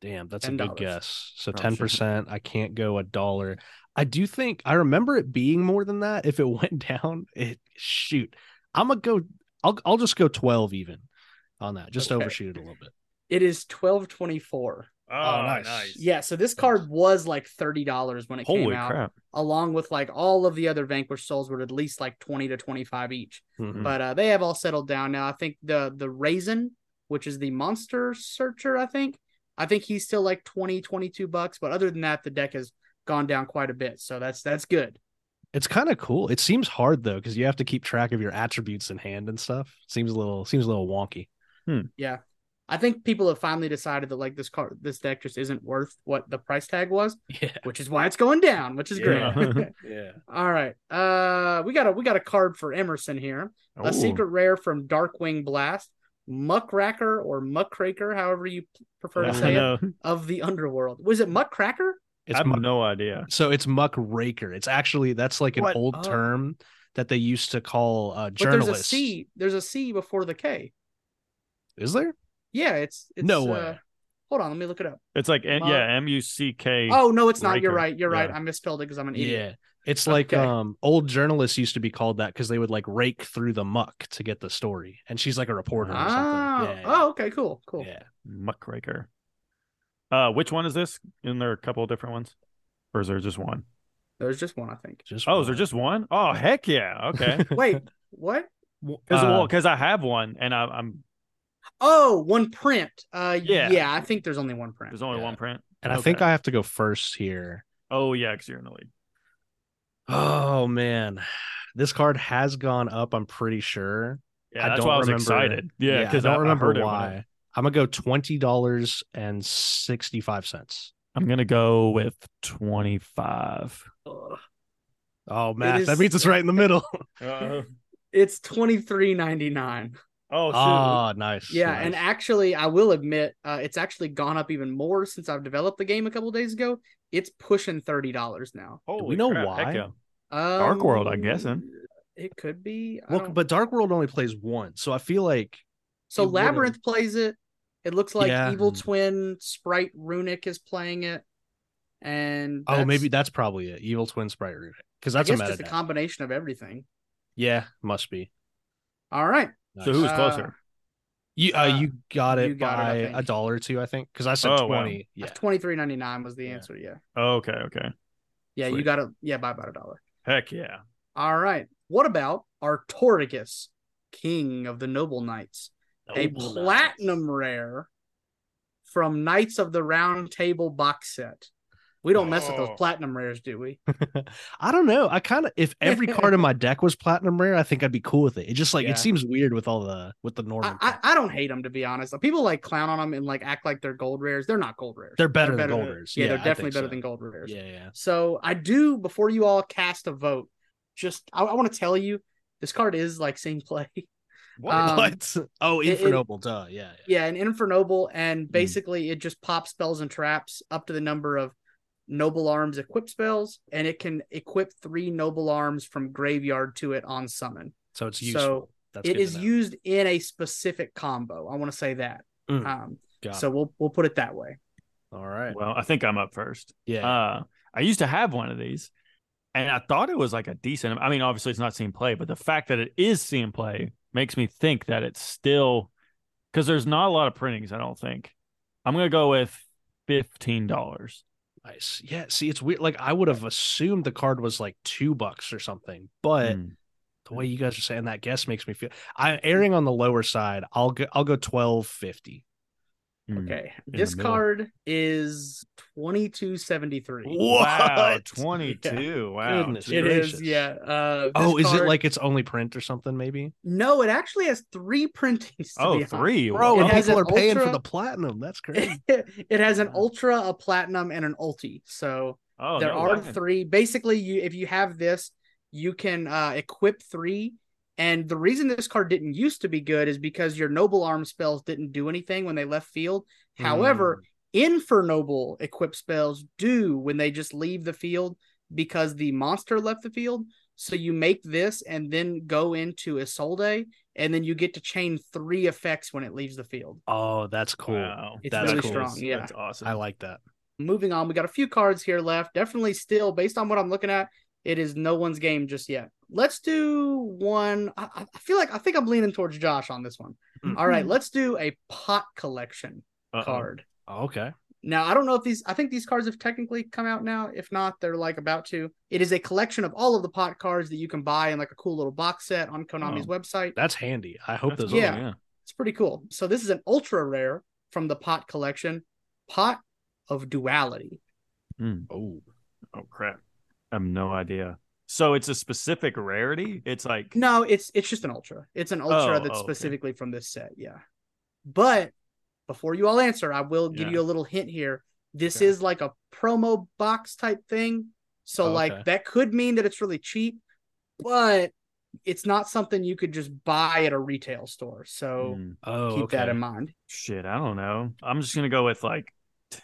A: Damn, that's a
B: $10.
A: good guess. So
C: Oh,
A: ten
C: shit.
A: percent. I can't go a dollar. I do think I remember it being more than that. If it <laughs> went down, it shoot. I'm gonna go. I'll I'll just go twelve even on that. Just
B: Okay.
A: overshoot it a little bit.
B: It is twelve twenty four.
C: Oh,
A: nice.
B: Yeah, so this card was like thirty dollars when it came
C: Holy
B: out,
C: crap!
B: along with like all of the other Vanquished Souls were at least like twenty to twenty five each.
C: Hmm.
A: Mhm.
B: but uh, they have all settled down now. I think the the raisin, which is the monster searcher, I think, I think he's still like 20, 22 bucks. But other than that, the deck has gone down quite a bit. So that's that's good.
A: It's kind of cool. It seems hard though because you have to keep track of your attributes in hand and stuff. Seems a little seems a little wonky.
B: Yeah. I think people have finally decided that like this card, this deck just isn't worth what the price tag was,
A: Yeah.
B: which is why it's going down, which is
C: <laughs> Yeah.
B: <laughs> great.
A: Yeah.
B: All right, uh, we got a we got a card for Emerson here,
C: Ooh.
B: a secret rare from Darkwing Blast, Muckracker or Muckraker, however you prefer
C: I
B: to say it,
C: know.
B: of the underworld. Was it Muckracker?
C: I
A: It's
C: have
A: muck,
C: no idea.
A: so it's muck raker. It's actually that's like an
C: What?
A: old
B: Oh.
A: term that they used to call uh
B: But there's a
A: journalists.
B: C. There's a C before the K.
A: Is there?
B: Yeah, it's, it's
A: No
B: uh,
A: way.
B: hold on, let me look it up.
C: It's like N-
B: Muck-
C: yeah, M U C K.
B: Oh no, it's not. You're
C: Riker.
B: right. You're right.
C: Yeah.
B: I misspelled it because I'm an idiot.
A: Yeah. It's like
B: Okay.
A: um old journalists used to be called that because they would like rake through the muck to get the story. And she's like a reporter or
B: Ah,
A: something. Yeah,
B: oh, okay, cool, cool.
A: Yeah.
C: Muckraker. Uh, which one is this? Isn't there a couple of different ones, or is there just one?
B: There's just one, I
A: <laughs>
B: think.
A: Just
C: Oh, is there
A: one.
C: just one? Oh, heck yeah.
A: <laughs>
C: Okay.
B: Wait, what?
C: Because
A: Uh,
C: I have one, and I, I'm
B: Oh, one print. Uh,
C: Yeah.
B: yeah. I think there's only one print.
C: there's only
A: Yeah.
C: one print.
A: and I think
C: Okay.
A: I have to go first here.
C: Oh yeah, because you're in the lead.
A: Oh man. This card has gone up, I'm pretty sure.
C: Yeah,
A: I
C: that's
A: don't
C: why I was
A: remember-
C: excited. Yeah,
A: I
C: because
A: don't
C: I,
A: remember
C: heard it when I-
A: why. I'm gonna go twenty dollars and sixty five cents.
C: I'm gonna go with 25.
A: <laughs>
B: Ugh.
A: Oh man,
B: is-
A: that means it's right in the
C: <laughs>
A: middle.
B: It's twenty three ninety nine.
C: oh shoot.
A: Ah, nice.
B: Yeah,
A: nice.
B: and actually, I will admit, uh, it's actually gone up even more since I've developed the game a couple days ago. It's pushing thirty dollars now.
C: Holy
A: know
C: crap,
A: why?
C: heck yeah.
B: Um,
C: Dark World, I'm guessing.
B: It could be. I
A: well,
B: don't-
A: but Dark World only plays one, so I feel like
B: So
A: It would've-
B: Labyrinth plays it. It looks like
A: Yeah.
B: Evil
C: Mm.
B: Twin Sprite Runic is playing it, and
A: oh, maybe
B: that's-
A: that's probably it. Evil Twin Sprite Runic, because
B: I
A: that's a
B: guess
A: meta
B: just a
A: deck.
B: combination of everything.
A: yeah, must be.
B: All right,
A: Nice.
C: So who's
B: Uh,
C: closer?
A: you? Uh,
B: uh,
A: you got it
B: you got it, I
A: by
B: think.
A: a dollar or two, I think, because I said
C: Oh,
A: twenty.
C: wow.
A: Yeah, <laughs>
B: twenty three ninety nine was the
A: Yeah.
B: answer. Yeah,
C: Oh, okay, okay.
B: yeah,
C: Sweet.
B: you got it. Yeah, by about a dollar.
C: Heck yeah.
B: All right. What about Artorigas, King of the Noble Knights, a platinum rare from Knights of the Round Table box set? We don't mess with
C: Oh.
B: those platinum rares, do we?
A: I don't know. I kind of if every card
B: <laughs>
A: in my deck was platinum rare, I think I'd be cool with it. It just like
B: Yeah.
A: it seems weird with all the with the normal.
B: I, I,
A: cards.
B: I don't hate them to be honest. Like, people like clown on them and like act like they're gold rares. They're not gold rares.
A: they're better than
B: better
A: gold
B: than-
A: rares.
B: Yeah,
A: I
B: they're definitely
A: think
B: better
A: so.
B: than gold rares.
A: Yeah, yeah.
B: So I do before you all cast a vote. Just I, I want to tell you this card is like same play. <laughs>
C: What?
A: <laughs>
B: Um,
A: what? Oh,
B: it- it-
A: Infernoble, duh. Yeah, yeah.
B: Yeah, an Infernoble,
A: Hmm.
B: and basically it just pops spells and traps up to the number of noble arms equip spells, and it can equip three noble arms from graveyard to it on summon.
A: So it's
B: so
A: useful. That's
B: it
A: good to
B: is
A: know.
B: used in a specific combo. I want to say that.
A: Mm,
B: Um,
A: got
B: so we'll we'll put it that way.
A: it. all right.
C: well, I think I'm up first.
A: Yeah.
C: Uh, I used to have one of these, and I thought it was like a decent. I mean, obviously it's not seen play, but the fact that it is seen play makes me think that it's still because there's not a lot of printings. I don't think. I'm gonna go with fifteen dollars.
A: Nice. Yeah. See, it's weird. Like I would have assumed the card was like two bucks or something, but
C: Hmm.
A: the way you guys are saying that guess makes me feel I'm erring on the lower side. I'll go. I'll go twelve fifty. Hmm.
B: Okay.
C: the
B: This
C: middle.
B: card is 2273.
C: Wow,
A: What?
C: <laughs>
B: <laughs>
C: twenty two. Wow,
A: Goodness
B: It
A: gracious.
B: is, yeah. Uh, this
A: Oh, is it
B: card-
A: like its only print or something? Maybe.
B: No, it actually has three printings. To
C: Oh,
B: be honest.
C: three.
A: Bro,
B: It
A: and
B: has
A: people are
B: an
A: paying for
B: ultra-
A: the platinum.
B: <laughs>
A: That's crazy.
B: it has an ultra, a platinum, and an ulti. So
C: Oh,
B: there
C: no
B: are
C: way.
B: three. Basically, you if you have this, you can uh, equip three. And the reason this card didn't used to be good is because your noble arm spells didn't do anything when they left field. However, Infernoble equip spells do when they just leave the field because the monster left the field. So you make this and then go into Isolde, and then you get to chain three effects when it leaves the field.
A: oh, that's cool.
C: Wow.
B: It's
A: That's
B: really
A: cool.
B: strong. Yeah.
C: That's awesome.
A: I like that.
B: Moving on, we got a few cards here left. Definitely still, based on what I'm looking at, it is no one's game just yet. Let's do one. I, I- I feel like I think I'm leaning towards Josh on this one.
A: Mhm.
B: All right, let's do a pot collection
C: Hmm. Uh-oh.
B: card.
A: Oh, okay.
B: Now, I don't know if these, I think these cards have technically come out now. If not, they're like about to. It is a collection of all of the pot cards that you can buy in like a cool little box set on Konami's
C: Oh.
B: website.
A: That's handy. I hope
C: That's
A: those.
C: cool,
B: Yeah. It's pretty cool. So, this is an ultra rare from the pot collection Pot of Duality.
A: Oh,
C: Oh crap. I have no idea. So it's a specific rarity. It's like
B: No, it's it's just an ultra. It's an ultra
C: Oh,
B: that's
C: oh, okay.
B: specifically from this set. Yeah. But before you all answer, I will give
C: Yeah.
B: you a little hint here. This
C: Okay.
B: is like a promo box type thing. So
A: Oh,
B: like
A: okay.
B: that could mean that it's really cheap, but it's not something you could just buy at a retail store. So
C: Mm,
A: Oh,
B: keep that
A: okay.
B: in mind.
C: shit, I don't know. I'm just gonna go with like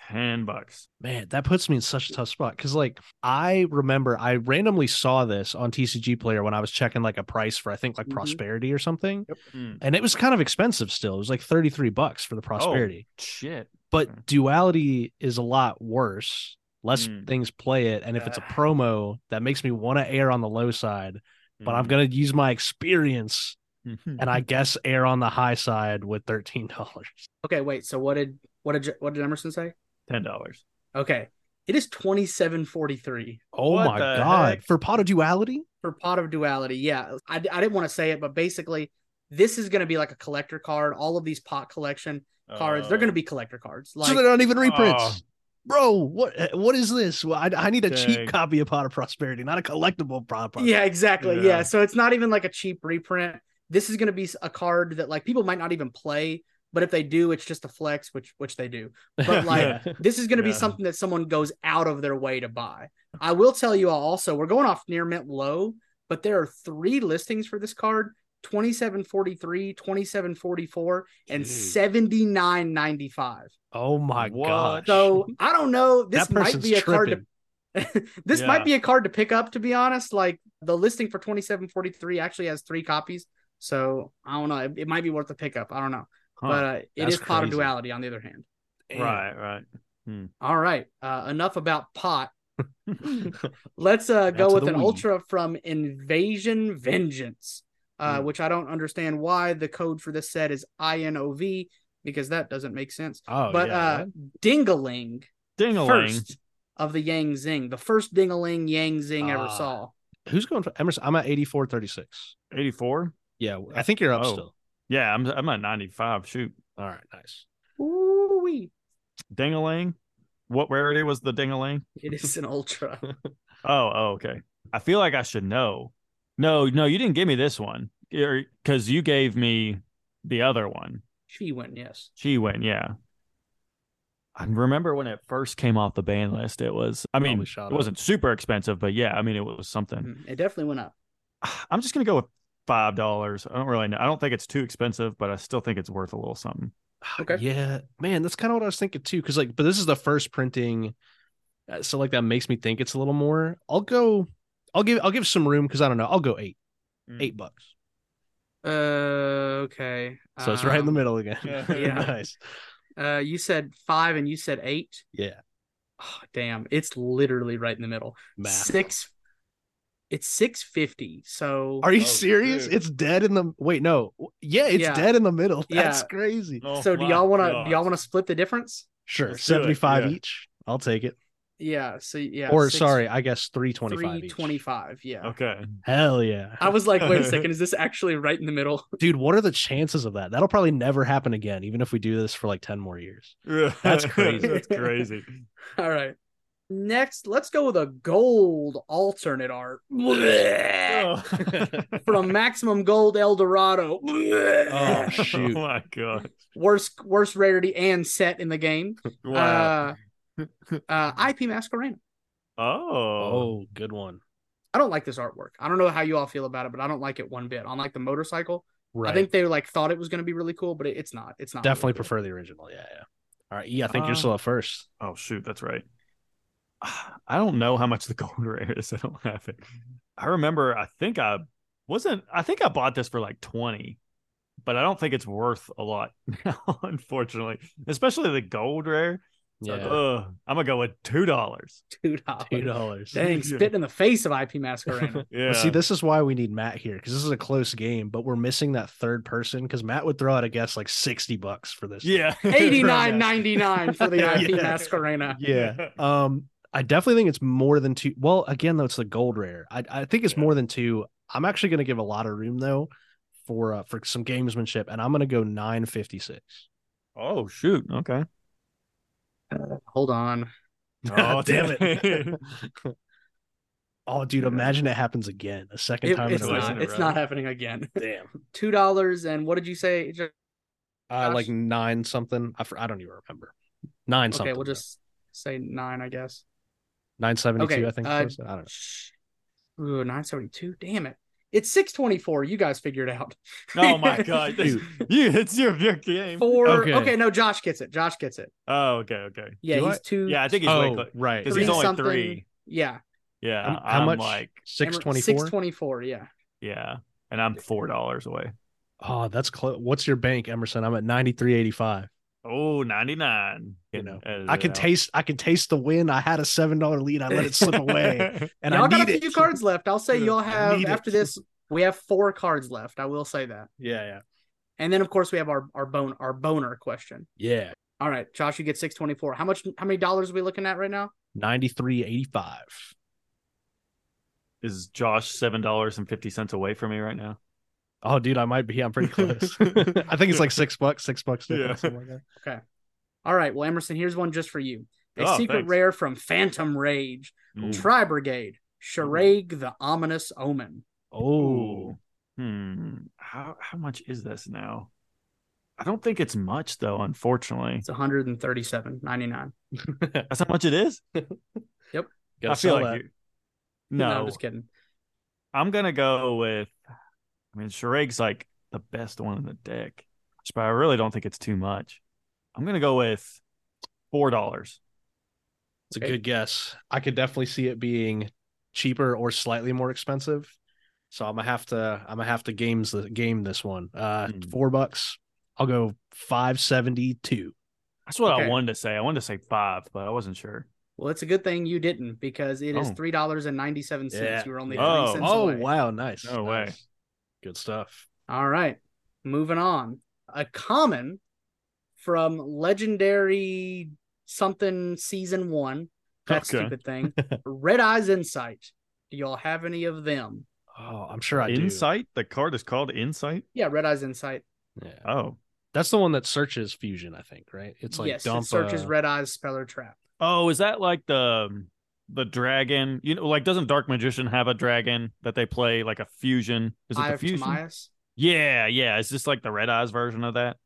C: ten bucks.
A: Man, that puts me in such a tough spot because, like, I remember I randomly saw this on TCG Player when I was checking like a price for I think like
B: Mhm.
A: Prosperity or something,
C: Mm,
A: and it was kind of expensive still. It was like thirty three bucks for the Prosperity,
C: shit.
A: but
B: Mm.
C: okay.
A: Duality is a lot worse. Less
C: Mm.
A: things play it, and if it's a
C: Ah.
A: promo, that makes me want to err on the low side. But I'm
C: Mm.
A: gonna use my experience
C: Hmm.
A: and
B: <laughs>
A: I guess err on the high side with thirteen dollars.
B: Okay, wait. So what did what did what did Emerson say?
C: <laughs> ten dollars.
B: Okay. It is 2743
A: Oh
C: What
A: my
C: the
A: god!
C: heck?
A: For pot of duality,
B: for Pot of Duality. Yeah, I, I didn't want to say it, but basically, this is going to be like a collector card. All of these pot collection cards, they're going to be collector cards. Like,
A: Oh. so they're not even reprints.
C: <laughs> Oh.
A: Bro, what eh, what is this? Well, I, I need a
C: Dang.
A: cheap copy of Pot of Prosperity, not a collectible Pot of Prosperity.
B: yeah, exactly. Yeah.
C: Yeah.
B: so it's not even like a cheap reprint. This is going to be a card that like people might not even play, but if they do, it's just a flex, which which they do. But like, <laughs> this is going to be
C: Yeah.
B: something that someone goes out of their way to buy. I will tell you all also, we're going off near mint low, but there are three listings for this card 2743, 2744, and
A: Dude. <laughs>
B: 7995.
A: Oh my
C: What?
A: god!
B: So I don't know. This
A: that
B: might
A: person's
B: be a
A: tripping.
B: card to this might
C: Yeah.
B: be a card to pick up, to be honest. Like the listing for 2743 actually has three copies. So I don't know. It, it might be worth a pickup. I don't know. But uh, it
A: that's
B: is pot of
A: crazy.
B: duality on the other hand. eh.
A: Damn.
C: right, right.
B: All right. Uh, enough about pot. Let's uh, go
A: to
B: with
A: the
B: an
A: weed.
B: ultra from Invasion Vengeance, uh,
C: Mm.
B: which I don't understand why the code for this set is INOV because that doesn't make sense.
A: <laughs> Oh,
B: but
A: yeah,
B: uh, Dingaling,
C: <laughs> Ding-a-ling.
B: first of the Yang Zing, the first Dingaling Yang Zing ever
A: Ah.
B: saw.
A: who's going for Emerson? I'm at eighty four thirty six.
C: 84?
A: Yeah, I think you're up
C: Oh.
A: still.
C: Yeah, I'm I'm at 95. Shoot.
A: All right, nice.
B: Ooh-wee.
C: Ding-a-ling. What rarity was the ding-a-ling?
B: It is an ultra.
A: <laughs>
C: Oh, oh, okay. I feel like I should know. No, no, you didn't give me this one. Cuz you gave me the other one.
B: she went, yes.
C: She went, yeah. I remember when it first came off the ban list, it was I mean,
A: Probably
C: it
A: shot up.
C: wasn't super expensive, but yeah, I mean it was something.
B: Mhm. It definitely went up.
A: Hmm.
C: <sighs> I'm just gonna go with five dollars. I don't really know. I don't think it's too expensive, but I still think it's worth a little something.
B: Okay.
A: Ah, Yeah, man, that's kind of what I was thinking too. Because like, but this is the first printing, uh, so like that makes me think it's a little more. I'll go, I'll give, I'll give some room because I don't know. I'll go eight, eight bucks.
B: Uh, okay.
A: So it's right in the
B: Um,
A: middle again. <laughs>
C: yeah.
B: Yeah.
A: nice.
B: Uh, you said five and you said eight.
A: Yeah,
B: Oh, damn. It's literally right in the middle.
A: math.
B: six. It's six fifty. So
A: Are you
C: Oh,
A: serious?
C: dude.
A: It's dead in the wait. No, yeah, it's
B: Yeah.
A: dead in the middle. <laughs> That's
B: Yeah.
A: crazy.
C: Oh
B: so do y'all want to do y'all want to split the difference?
A: Sure,
C: Let's do it,
A: seventy five
C: yeah.
A: each. I'll take it.
B: Yeah. So yeah.
A: or
B: six-
A: sorry, I guess three twenty five.
B: three twenty five. Yeah.
C: Okay.
A: <laughs> Hell yeah,
B: I was
A: <laughs>
B: like, wait a second, is this actually right in the middle? <laughs>
A: dude. What are the chances of that? That'll probably never happen again. Even if we do this for like ten more years. That's
B: <laughs>
A: crazy.
C: That's crazy. <laughs>
B: All right. Next, let's go with a gold alternate art
C: Oh.
B: from Maximum Gold El Dorado.
A: Oh shoot.
C: Oh my god.
B: <laughs> worst worst rarity and set in the game.
C: Wow.
B: Uh, uh, IP Masquerade.
C: oh.
A: Oh, good one.
B: I don't like this artwork. I don't know how you all feel about it, but I don't like it one bit. On like the motorcycle,
A: Right.
B: I think they like thought it was going to be really cool, but it, it's not. It's not. really
A: definitely
B: cool.
A: prefer the original. Yeah, yeah. All right, yeah. I think
C: Uh,
A: you're still at first.
C: Oh shoot, that's right. <sighs> I don't know how much the <laughs> gold rare is. I don't have it. I remember I think I wasn't I think I bought this for like 20, but I don't think it's worth a lot <laughs> now, unfortunately. Especially the gold rare. So,
A: Yeah, <laughs>
C: ugh, I'm gonna go with two dollars.
B: <laughs> two dollars.
A: two dollars. <laughs>
B: Dang, spit in the face of IP <laughs> Masquerade.
C: Yeah.
A: Well, see, this is why we need Matt here because this is a close game, but we're missing that third person because Matt would throw out a guess like sixty bucks for this.
C: <laughs> yeah.
A: <laughs>
B: Eighty nine ninety nine for the IP
A: Yeah.
B: Masquerade.
A: yeah. Um, I definitely think it's more than two. Well, again, though, it's the gold rare. I, I think it's
C: Yeah.
A: more than two. I'm actually going to give a lot of room though for uh, for some gamesmanship, and I'm going to go nine fifty six.
C: Oh shoot.
A: <laughs>
C: Okay.
B: Hold on.
A: Oh, <laughs> damn
C: it.
A: Oh, dude,
C: Yeah.
A: imagine it happens again a second
B: It-
A: time
B: it's
A: in a row.
B: not.
C: row.
B: It's not happening again.
A: Damn.
B: Two dollars and what did you say?
A: Uh,
B: Gosh.
A: like nine something. I, fr- I don't even remember. Nine
B: Okay,
A: something.
B: we'll just say nine, I guess.
A: nine seventy two.
B: okay,
A: I think.
B: uh,
A: was it? I don't know.
B: Shh. Ooh, 972. Damn it. It's 624. You guys figured it out.
C: Oh my
A: <laughs>
C: god, this-
A: Dude.
C: <laughs> you it's your your game.
B: Four.
A: Okay.
B: Okay. no, Josh gets it. Josh gets it.
C: Oh, okay, okay.
B: Yeah,
C: Do
B: he's
C: I-
B: two.
C: yeah. I think he's way
A: Oh,
C: clo-
A: right.
C: because he's
B: Three
C: only
B: something.
C: three.
B: Yeah.
C: Yeah,
A: Um,
C: I'm
A: how much?
C: like
A: Six twenty
B: Six
A: four.
B: twenty four. Yeah.
C: yeah, and I'm four dollars away.
A: Oh, that's close. What's your bank, Emerson? I'm at ninety three eighty five.
C: Oh, 99.
A: You know,
C: Edited
A: I can
C: out.
A: taste. I can taste the win. I had a seven dollar lead. I let it slip <laughs> away, and
B: y'all
A: I
B: got
A: need
B: a few
A: it.
B: cards left. I'll say
A: Yeah,
B: y'all
A: I
B: have
A: need it.
B: after this. We have four cards left. I will say that.
A: Yeah,
B: And then of course we have our our bone our boner question.
A: yeah, yeah.
B: All right, Josh, you get six twenty four. How much? How many dollars are we looking at right now?
A: Ninety three eighty five.
C: <laughs> Is Josh seven dollars and fifty cents away from me right now?
A: Oh, dude, I might be. I'm pretty
C: <laughs>
A: close. I think it's like six bucks. Six bucks.
C: Yeah.
A: Yeah. Something like that.
B: All right, well Emerson, here's one just for you. A
C: Oh,
B: secret
C: thanks.
B: rare from Phantom Rage,
C: Ooh.
B: Tri Brigade, Sharag the Ominous Omen.
A: Oh,
C: Hmm. How how much is this now? I don't think it's much though, unfortunately.
B: It's one hundred and thirty seven ninety nine.
C: That's how much it is?
A: <laughs> Gotta
C: I feel
A: sell
C: like
A: that.
C: you- No,
B: no, I'm just kidding.
C: I'm gonna go with I mean Shereg's like the best one in the deck. But I really don't think it's too much. I'm gonna go with four dollars.
A: It's a
B: Okay.
A: good guess. I could definitely see it being cheaper or slightly more expensive. So I'm gonna have to I'm gonna have to games the game this one. Uh
C: Hmm.
A: four bucks. I'll go five seventy two.
C: That's what I
B: Okay.
C: wanted to say. I wanted to say five, but I wasn't sure.
B: Well, it's a good thing you didn't because it is
C: Oh.
B: three dollars and ninety seven cents.
A: Yeah.
B: You were only three
C: Yeah.
B: cents
A: Oh
B: away.
A: wow, nice.
C: No way.
A: Nice. Good stuff.
B: All right. Moving on. A common from legendary something season one. That
C: Okay.
B: stupid thing.
A: <laughs>
B: Red Eyes Insight. Do y'all have any of them?
A: Oh, I'm sure I
C: Insight? The card is called Insight?
B: Yeah, Red Eyes Insight.
A: do. Yeah.
C: Oh.
A: That's the one that searches fusion, I think, right? It's like
B: yes,
A: dump
B: it searches
A: uh,
B: Red Eyes Speller Trap.
C: Oh, is that like the um, the dragon? You know, like doesn't Dark Magician have a dragon that they play like a fusion? Is it
B: Eye
C: the
B: of
C: fusion?
B: Timaeus.
C: Yeah, yeah. Is this like the red eyes version of that?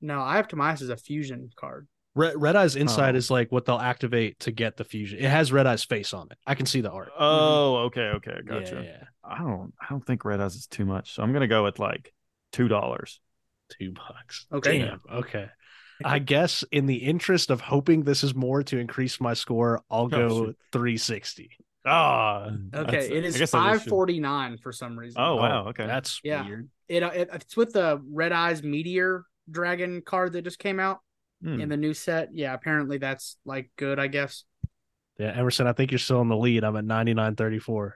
B: No, Eye of Timaeus is a fusion card.
A: Red, Red Eye's inside
C: Oh.
A: is like what they'll activate to get the fusion. It has Red Eye's face on it. I can see the art.
C: Oh, okay, okay,
A: Yeah,
C: gotcha.
A: yeah, yeah.
C: I don't I don't think red eyes is too much. So I'm gonna go with like two dollars.
A: Two bucks.
B: Okay.
A: Damn. Okay. I guess in the interest of hoping this is more to increase my score, I'll go
C: shoot.
A: 360.
C: Ah
B: Okay, it is five forty nine for some reason.
C: Oh wow, okay.
A: That's
B: Yeah.
A: weird.
B: it, uh, it it's with the red eyes meteor dragon card that just came out
C: Hmm.
B: in the new set yeah apparently that's like good i guess <laughs>
A: Yeah, Emerson, I think you're still in the lead. I'm at 99.34.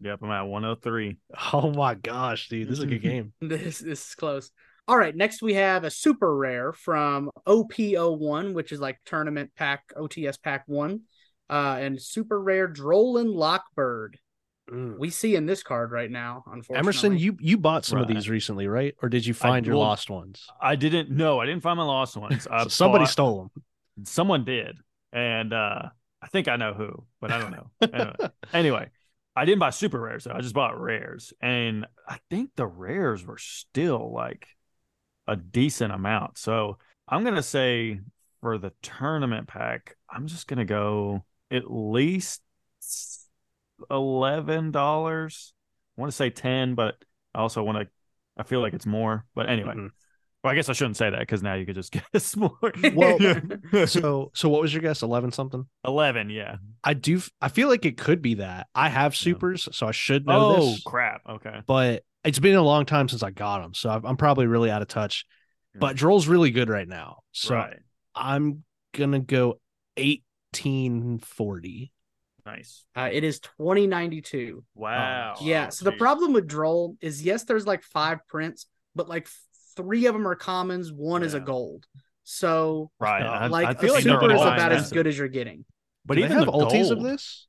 C: Yep, I'm at one oh three.
A: <laughs> Oh my gosh, dude. This is a good game.
B: this this is close all right next we have a super rare from op01 which is like tournament pack ots pack 1 uh and super rare drolin lockbird we see in this card right now unfortunately
A: Emerson, you you bought some of
C: Right.
A: these recently, right? Or did you find your
C: will-
A: lost ones?
C: I didn't know. I didn't find my lost ones. I
A: So somebody
C: bought-
A: stole them.
C: someone did and uh i think i know who but i don't know <laughs>
A: <laughs>
C: anyway, Anyway, i didn't buy super rares though. i just bought rares and i think the rares were still like a decent amount so i'm gonna say for the tournament pack i'm just gonna go at least eleven dollars i want to say ten but i also want to i feel like it's more but anyway
A: Mhm.
C: well, i guess i shouldn't say that because now you could just <laughs> guess more
A: Well,
C: <laughs> Yeah.
A: so so what was your guess? 11 something?
C: 11 yeah
A: I do f- I feel like it could be that. I have supers, so I should know
C: oh
A: this.
C: crap okay
A: but it's been a long time since I got him, so I've- I'm probably really out of touch. But Droll's really good right now, so
C: right
A: I'm gonna go eighteen forty.
C: nice
B: uh, it is 2092
C: Oh, wow
B: Oh, Yeah. So the
C: Jeez.
B: problem with Droll is yes, there's like five prints, but like three of them are commons, one is a
C: Yeah.
B: gold. So
C: right I,
B: like
C: I
B: a
C: feel like they're
B: super is
C: all
B: about as
C: expensive.
B: good as Oh, you're getting.
C: but
A: Do
C: even
A: they have
C: the
A: ultis
C: gold,
A: of this?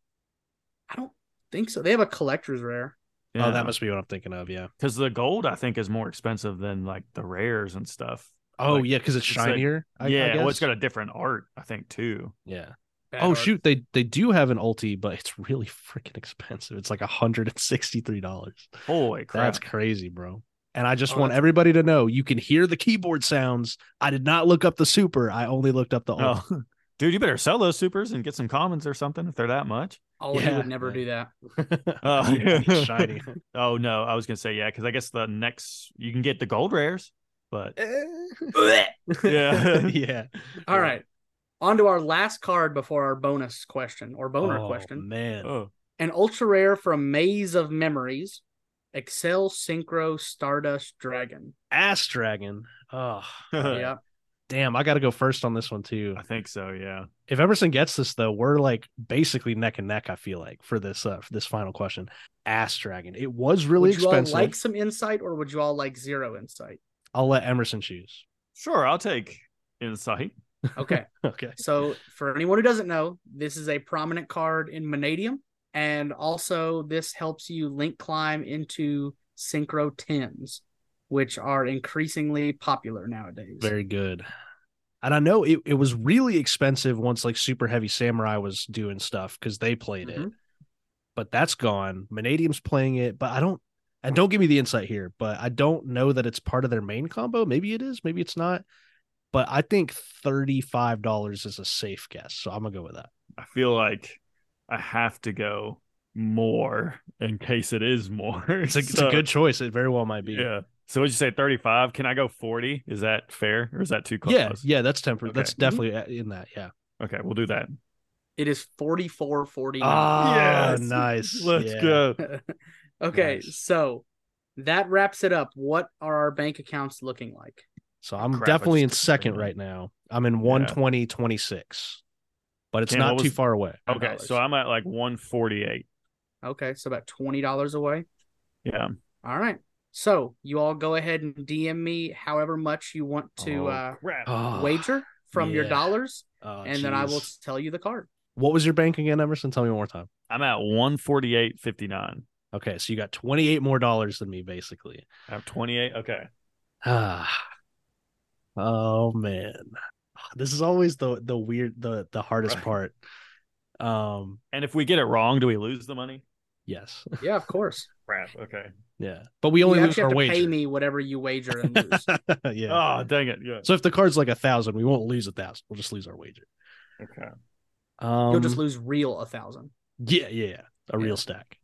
B: I don't think so. They have a collector's rare.
C: yeah,
A: Oh, that must be what I'm thinking of. Yeah.
C: because the gold i think is more expensive than like the rares and stuff
A: Oh
C: Like,
A: yeah, because it's
C: it's like-
A: shinier. I, I
C: yeah well it's
A: guess.
C: got a different art i think too
A: yeah.
B: Bad
A: Oh
B: art.
A: shoot, they they do have an ulti, but it's really freaking expensive. It's like hundred and sixty three dollars.
C: holy crap
A: That's crazy, bro. And I just
B: Oh,
A: want
B: that's-
A: everybody to know you can hear the keyboard sounds. I did not look up the super. I only looked up the alt.
C: Oh, <laughs> dude, you better sell those supers and get some commons or something if they're that much.
B: Oh, he
A: Yeah.
B: would never do
C: <laughs>
B: that.
A: <laughs>
C: Oh,
A: It's
B: <laughs>
A: shiny.
C: oh no, I was gonna say yeah, because I guess the next you can get the gold rares,
B: <laughs>
C: but
B: Eh.
A: <laughs>
C: Yeah.
A: yeah.
B: All right. On to our last card before our bonus question or boner
A: Oh,
B: question.
A: Man.
C: <laughs> oh,
B: An ultra rare from Maze of Memories, Excel Synchro Stardust
C: <laughs>
B: Dragon.
A: Ass dragon. Oh.
B: <laughs> Yeah.
A: Damn, I got to go first on this one too.
C: I think so. Yeah,
A: If Emerson gets this though, we're like basically neck and neck. I feel like for this uh, for this final question, ass dragon. It was really
B: would you
A: expensive.
B: all like some insight or would you all like zero insight?
A: I'll let Emerson choose. <laughs>
C: sure. I'll take insight.
B: Okay.
A: Okay.
B: so for anyone who doesn't know, this is a prominent card in Monadium. And also this helps you link climb into Synchro 10s, which are increasingly popular nowadays.
A: Very good. And I know it, it was really expensive once like Super Heavy Samurai was doing stuff because they played it.
B: Mhm.
A: But that's gone. Manadium's playing it, but I don't and don't give me the insight here, but I don't know that it's part of their main combo. Maybe it is, maybe it's not. But I think $35 is a safe guess. So I'm gonna go with that.
C: I feel like I have to go more in case it is more. <laughs>
A: It's a, it's a good choice. It very well might be.
C: Yeah. So would you say thirty five? Can I go forty? Is that fair or is that too close?
A: Yeah, yeah, that's temper.
C: Okay. Mm-hmm.
A: That's
B: Mhm.
A: definitely uh, in that. Yeah.
C: Okay, we'll do that.
B: It is 44
A: Ah,
C: Yes.
A: nice.
C: <laughs> Let's
A: Yeah.
C: go.
B: <laughs> Okay,
A: Ah. Nice.
B: so that wraps it up. What are our bank accounts looking like?
A: So I'm
C: Crap, I
A: definitely in
C: just clicked
A: second
C: on it.
A: right now. I'm in 120, 26, but it's
C: Cam,
A: not
C: what
A: too
C: was-
A: far away.
C: Okay, so I'm at like one forty eight.
B: Okay, so about $20 away.
C: Yeah.
B: All right. So you all go ahead and DM me however much you want to
C: Oh,
B: uh,
C: crap.
A: Oh,
B: wager from your
A: yeah.
B: dollars,
A: oh,
B: and then I will
A: jeez.
B: tell you the card.
A: What was your bank again, Emerson? Tell me one more time.
C: I'm at one forty eight fifty nine.
A: Okay, so you got 28 more dollars than me, basically. <sighs>
C: I have twenty eight. Okay.
A: Ah, oh man, this is always the the weird the the hardest
C: Right.
A: part. Um,
C: And if we get it wrong, do we lose the money?
A: yes, <laughs>
B: Yeah, of course.
C: Crap. Okay.
A: yeah, but we only
B: <laughs> you
A: lose
B: actually have
A: our
B: to pay
A: wager.
B: me whatever you wager and <laughs> lose.
A: <laughs> yeah.
C: Oh, dang it. Yeah.
A: So if the card's like a thousand, we won't lose a thousand. We'll just lose our wager.
C: Okay.
A: Um,
B: You'll just lose real a thousand.
A: Yeah, yeah, yeah. A
B: Yeah.
A: real stack.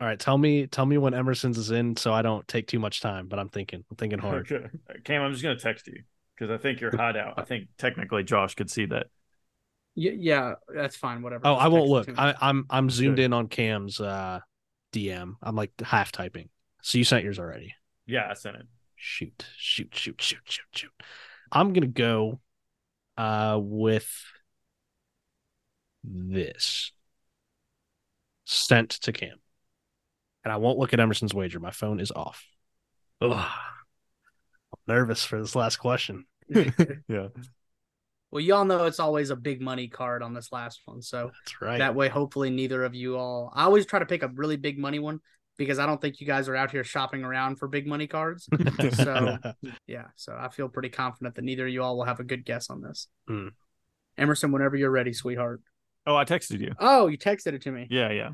A: All right, tell me tell me when Emerson's is in so I don't take too much time, but I'm thinking. I'm
B: <laughs>
A: thinking hard.
C: Okay. Cam, I'm just gonna text you because I think you're hideout. I think technically Josh could see that.
B: Y- yeah, that's fine. Whatever.
A: Oh,
B: Just
A: I won't
B: text it
A: look.
B: to me.
A: I, I'm I'm zoomed
C: Good.
A: in on Cam's uh DM. I'm like half typing. So you sent yours already.
C: Yeah, I sent it.
A: Shoot, shoot, shoot, shoot, shoot, shoot. I'm gonna go uh with this. Sent to Cam. And I won't look at Emerson's wager. My phone is off. Ugh. I'm nervous for this last question.
C: Yeah.
B: Well, y'all know it's always a big money card on this last one, so
A: That's right. <laughs>
B: That way, hopefully, neither of you all. I always try to pick a really big money one because I don't think you guys are out here shopping around for big
A: <laughs>
B: money cards. so, yeah. So, I feel pretty confident that neither of you all will have a good guess on this.
A: Hmm.
B: Emerson, whenever you're ready, sweetheart.
C: <laughs> Oh, I texted you.
B: Oh, you texted it to me.
C: Yeah, yeah.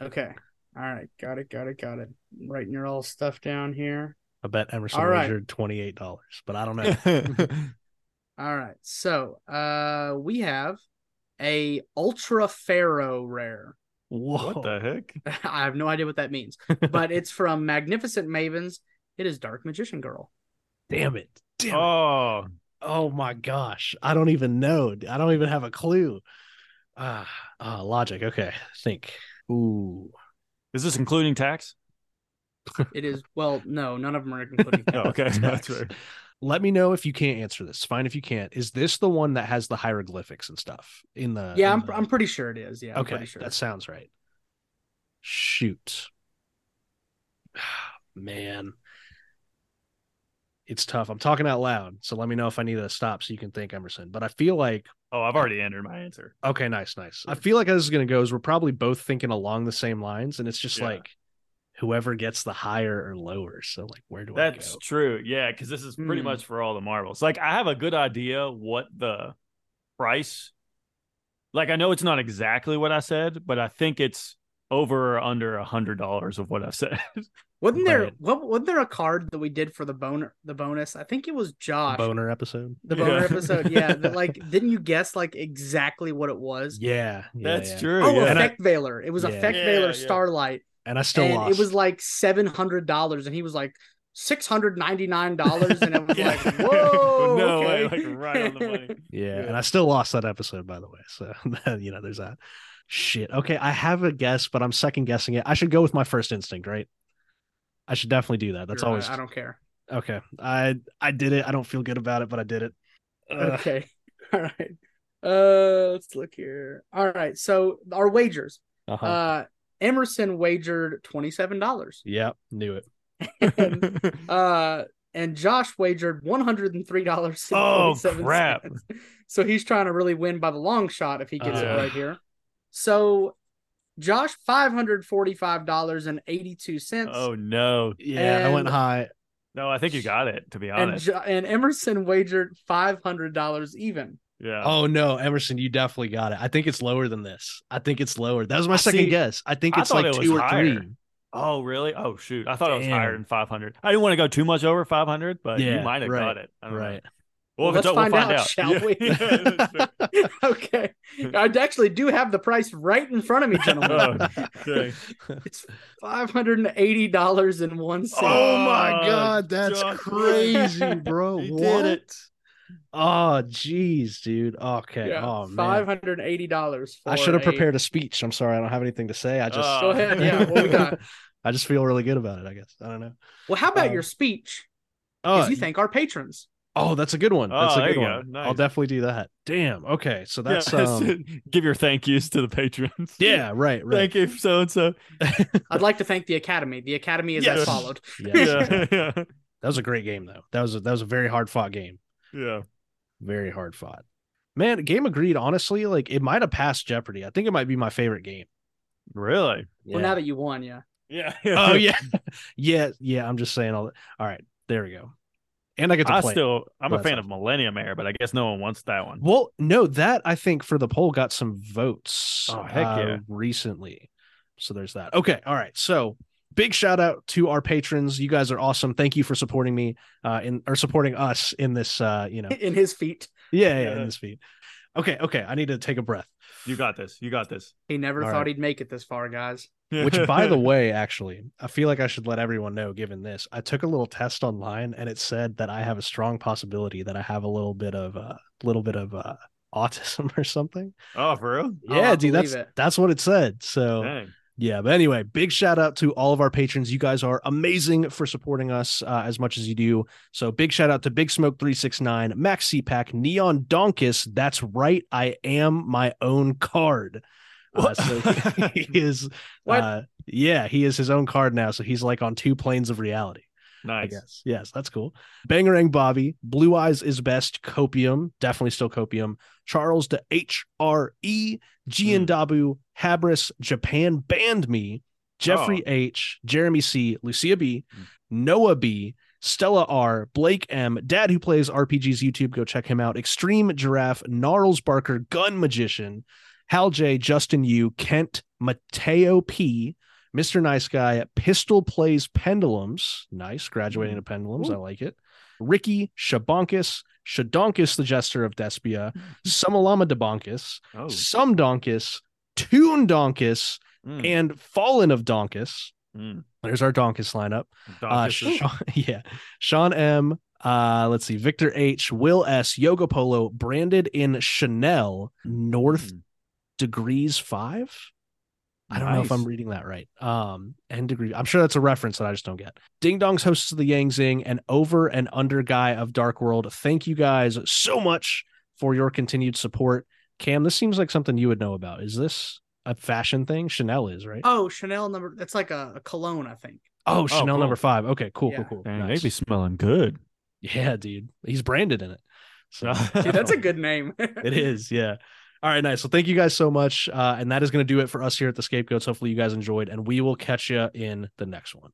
B: Okay. All right. Got it. Got it. Got it. Writing your all stuff down here.
A: I bet Emerson
B: All right.
A: wagered twenty eight dollars, but I don't
B: <laughs>
A: know.
B: All right. So, uh, we have a ultra pharaoh rare. <laughs>
A: Whoa.
C: what the heck?
B: I have no idea what
A: <laughs>
B: that means, but it's from Magnificent Mavens. It is Dark Magician Girl.
A: Damn it. Damn it.
C: Oh,
A: Oh my gosh. I don't even know. I don't even have a clue. Ah, ah, logic. Okay. Think. Ooh.
C: is this including tax?
A: <laughs>
B: It is well, no, none of them are including.
C: Oh,
B: <laughs>
C: okay. <laughs> That's right.
A: Let me know if you can't answer this. Fine if you can't. Is this the one that has the hieroglyphics and stuff in the
B: yeah,
A: in
B: I'm
A: the-
B: I'm pretty sure it is. Yeah, I'm
A: Okay,
B: pretty sure.
A: that sounds right. Shoot. <sighs> Man. It's tough. I'm talking out loud, so let me know if I need to stop so you can think Emerson. But I feel like
C: Oh, I've already entered my answer.
A: Okay, nice, nice. I feel like how this is going to go is we're probably both thinking along the same lines, and it's just
C: Yeah.
A: like whoever gets the higher or lower. So like, where do
C: That's
A: I go?
C: true. Yeah, because this is pretty
B: Hmm.
C: much for all the marbles. Like, I have a good idea what the price. Like, I know it's not exactly what I said, but I think it's over or under a hundred dollars of what I said.
B: Wasn't there?
A: Right.
B: What, wasn't there a card that we did for the boner? The bonus? I think it was Josh.
A: boner episode.
B: The boner
C: Yeah.
A: <laughs>
B: episode. Yeah. That, like, didn't you guess like exactly what it was?
A: Yeah, yeah,
C: That's
A: yeah.
C: true.
B: Oh,
C: yeah.
A: And I-
B: Effect Veiler. It was
A: Yeah.
B: Effect
C: Yeah,
B: Veiler
C: yeah.
B: Starlight,
A: And I still
B: and
A: lost.
B: it was like seven hundred dollars, and he was like six hundred ninety nine dollars, and it was
C: <laughs> Yeah.
B: like, whoa,
C: no
B: okay.
C: way, like right on
B: <laughs>
C: the money.
A: yeah,
B: Yeah.
A: and I still lost that episode, by the way. So <laughs> you know, there's that. Shit. Okay, I have a guess, but I'm second guessing it. I should go with my first instinct, right? I should definitely do that. That's
B: You're right,
A: always
B: I don't care.
A: okay. I I did it. I don't feel good about it, but I did it. Ugh.
B: Okay. <laughs> All right. Uh, let's look here. All right. So our wagers.
C: Uh-huh.
B: Uh, Emerson wagered twenty seven dollars.
A: Yep, knew it.
B: <laughs> Uh, and Josh wagered one hundred and three dollars.
C: Oh, crap.
B: So he's trying to really win by the long shot if he gets
C: Yeah.
B: it right here. So Josh five hundred forty five dollars and eighty two cents.
C: oh no,
A: Yeah, I went
B: And-
A: high.
C: no! I think you got it. To be
B: and
C: honest,
B: jo- and Emerson wagered five hundred dollars
C: <laughs>
B: even. <laughs>
C: yeah.
A: Oh no, Emerson, you definitely got it. I think it's lower than this. I think it's lower. That was my
C: I
A: second
C: see-
A: guess. I think
C: I
A: it's
C: thought
A: like
C: it was
A: two or
C: higher.
A: three.
C: Oh, really? Oh, shoot. I thought it was higher
A: Damn.
C: than 500. I didn't want to go too much over 500, but
A: Yeah,
C: you might have
A: right,
C: got it. I don't know.
A: Right.
C: Well, if
B: Let's
C: it's up, we'll
B: find
C: find
B: out,
C: out,
B: shall
C: Yeah.
B: we?
C: <laughs> Yeah, that's
A: <laughs>
C: fair.
B: okay, I actually do have the price right in front of me, gentlemen.
C: <laughs> Oh, okay.
B: It's five hundred and eighty dollars and one cent.
A: Oh my
C: <laughs> Oh,
A: god, that's
C: Josh. <laughs>
A: crazy, bro.
C: He did
A: what?
C: it.
A: Oh jeez, dude. Okay.
B: Yeah,
A: oh man.
B: five hundred eighty dollars.
A: I should have prepared a speech. I'm sorry, I don't have anything to say. I just
C: Uh,
B: Go ahead. Yeah. What
A: <laughs>
B: we got?
A: I just feel really good about it, I guess. I don't know.
B: Well, how about
A: Um,
B: your speech?
A: Oh,
B: Because you thank our patrons.
A: oh, that's a good one.
C: Oh,
A: That's a
C: there
A: good
C: you
A: one.
C: go.
A: I'll
C: Nice.
A: definitely do that. Damn. Okay. So
C: <laughs>
A: that's
C: Yeah,
A: um
C: give your thank yous to the patrons.
A: Yeah, right, right.
C: <laughs> Thank you, so and so.
B: I'd like to thank the Academy. The Academy is
C: Yes.
B: as followed.
A: Yes, yeah.
C: <laughs> Yeah. Yeah.
A: That was a great game though. That was a, that was a very hard fought game.
C: Yeah.
A: Very hard fought. Man, game agreed, honestly, like it might have passed Jeopardy. I think it might be my favorite game.
C: <laughs>
A: <laughs>
C: Really?
B: Well, now that you won, yeah.
C: Yeah.
A: oh
C: <laughs>
A: yeah, <laughs> yeah, yeah. I'm just saying all that. All right, there we go. And I get to
C: I
A: play.
C: still, I'm
A: Well,
C: a
A: that's
C: fan of Millennium Air, but I guess no one wants that one.
A: well, no, that I think for the poll got some votes. uh,
C: Oh, heck yeah.
A: Recently, so there's that. Okay, all right. So big shout out to our patrons. You guys are awesome. Thank you for supporting me uh, in or supporting us in this. Uh,
C: <laughs>
A: you know,
B: In his feet,
A: yeah, yeah,
C: Yeah.
A: in this feed. Okay, okay. I need to take a breath.
C: You got this. You got this.
B: he never
A: All
B: thought
A: right. Uh,
B: he'd make it this far, guys.
A: Which,
C: <laughs>
A: by <laughs> the way, actually, I feel like I should let everyone know given this. I took a little test online and it said that I have a strong possibility that I have a little bit of a uh, little bit of uh, autism <laughs> or something.
C: oh, for real?
B: Oh,
A: yeah,
B: I
A: dude, that's
B: believe it.
A: that's what it said. So,
C: Dang.
A: yeah, but anyway, big shout out to all of our patrons. You guys are amazing for supporting us uh, as much as you do. So big shout out to Big Smoke three six nine, Max C Pack, Neon Donkus. That's right, I am my own card. Uh,
C: What?
A: so <laughs> he, is,
B: What?
A: Uh, yeah, he is his own card now. So he's like on two planes of reality. I
C: Nice.
A: guess. Yes, that's cool. Bangerang Bobby, Blue Eyes is best, Copium, definitely still Copium, Charles to HRE, Giandabu, Habris, Japan Banned Me, Jeffrey H, Jeremy C, Lucia B, Noah B, Stella R, Blake M, Dad who plays RPGs YouTube, go check him out. Extreme Giraffe, Gnarls Barker, Gun Magician, Hal J, Justin U, Kent, Mateo P, Mr. Nice Guy, Pistol Plays Pendulums. Nice, graduating to Pendulums. I like it. Ricky, Shabonkus, Shadonkus, the Jester of Despia, Sumalama Debonkus,
C: Oh,
A: Sumdonkus, Toon Donkus,
C: mm,
A: and Fallen of Donkus.
C: mm.
A: There's our Donkus lineup. Uh,
C: Docus is-
A: Sean, <laughs> yeah. Sean M. Uh, let's see. Victor H. Will S. Yoga Polo branded in Chanel North
C: Mm.
A: Degrees Five. I don't know if
C: Nice.
A: I'm reading that right. Um, and degree. I'm sure that's a reference that I just don't get. Ding Dong's hosts of the Yang Zing and over and under guy of Dark World. Thank you guys so much for your continued support. Cam, this seems like something you would know about. Is this a fashion thing? Chanel is right.
B: Oh, Chanel number. That's like a, a cologne, I think.
A: Oh, Chanel
C: cool.
A: number five. Okay, cool,
B: Yeah.
A: cool, cool.
C: Dang,
A: Nice.
C: they be smelling good.
A: Yeah, dude. He's branded in it. So
B: <laughs> Dude,
A: <laughs>
B: that's a good name.
A: it is, yeah. All right, nice. So thank you guys so much. Uh, and that is going to do it for us here at the Scapegoats. Hopefully, you guys enjoyed, and we will catch you in the next one.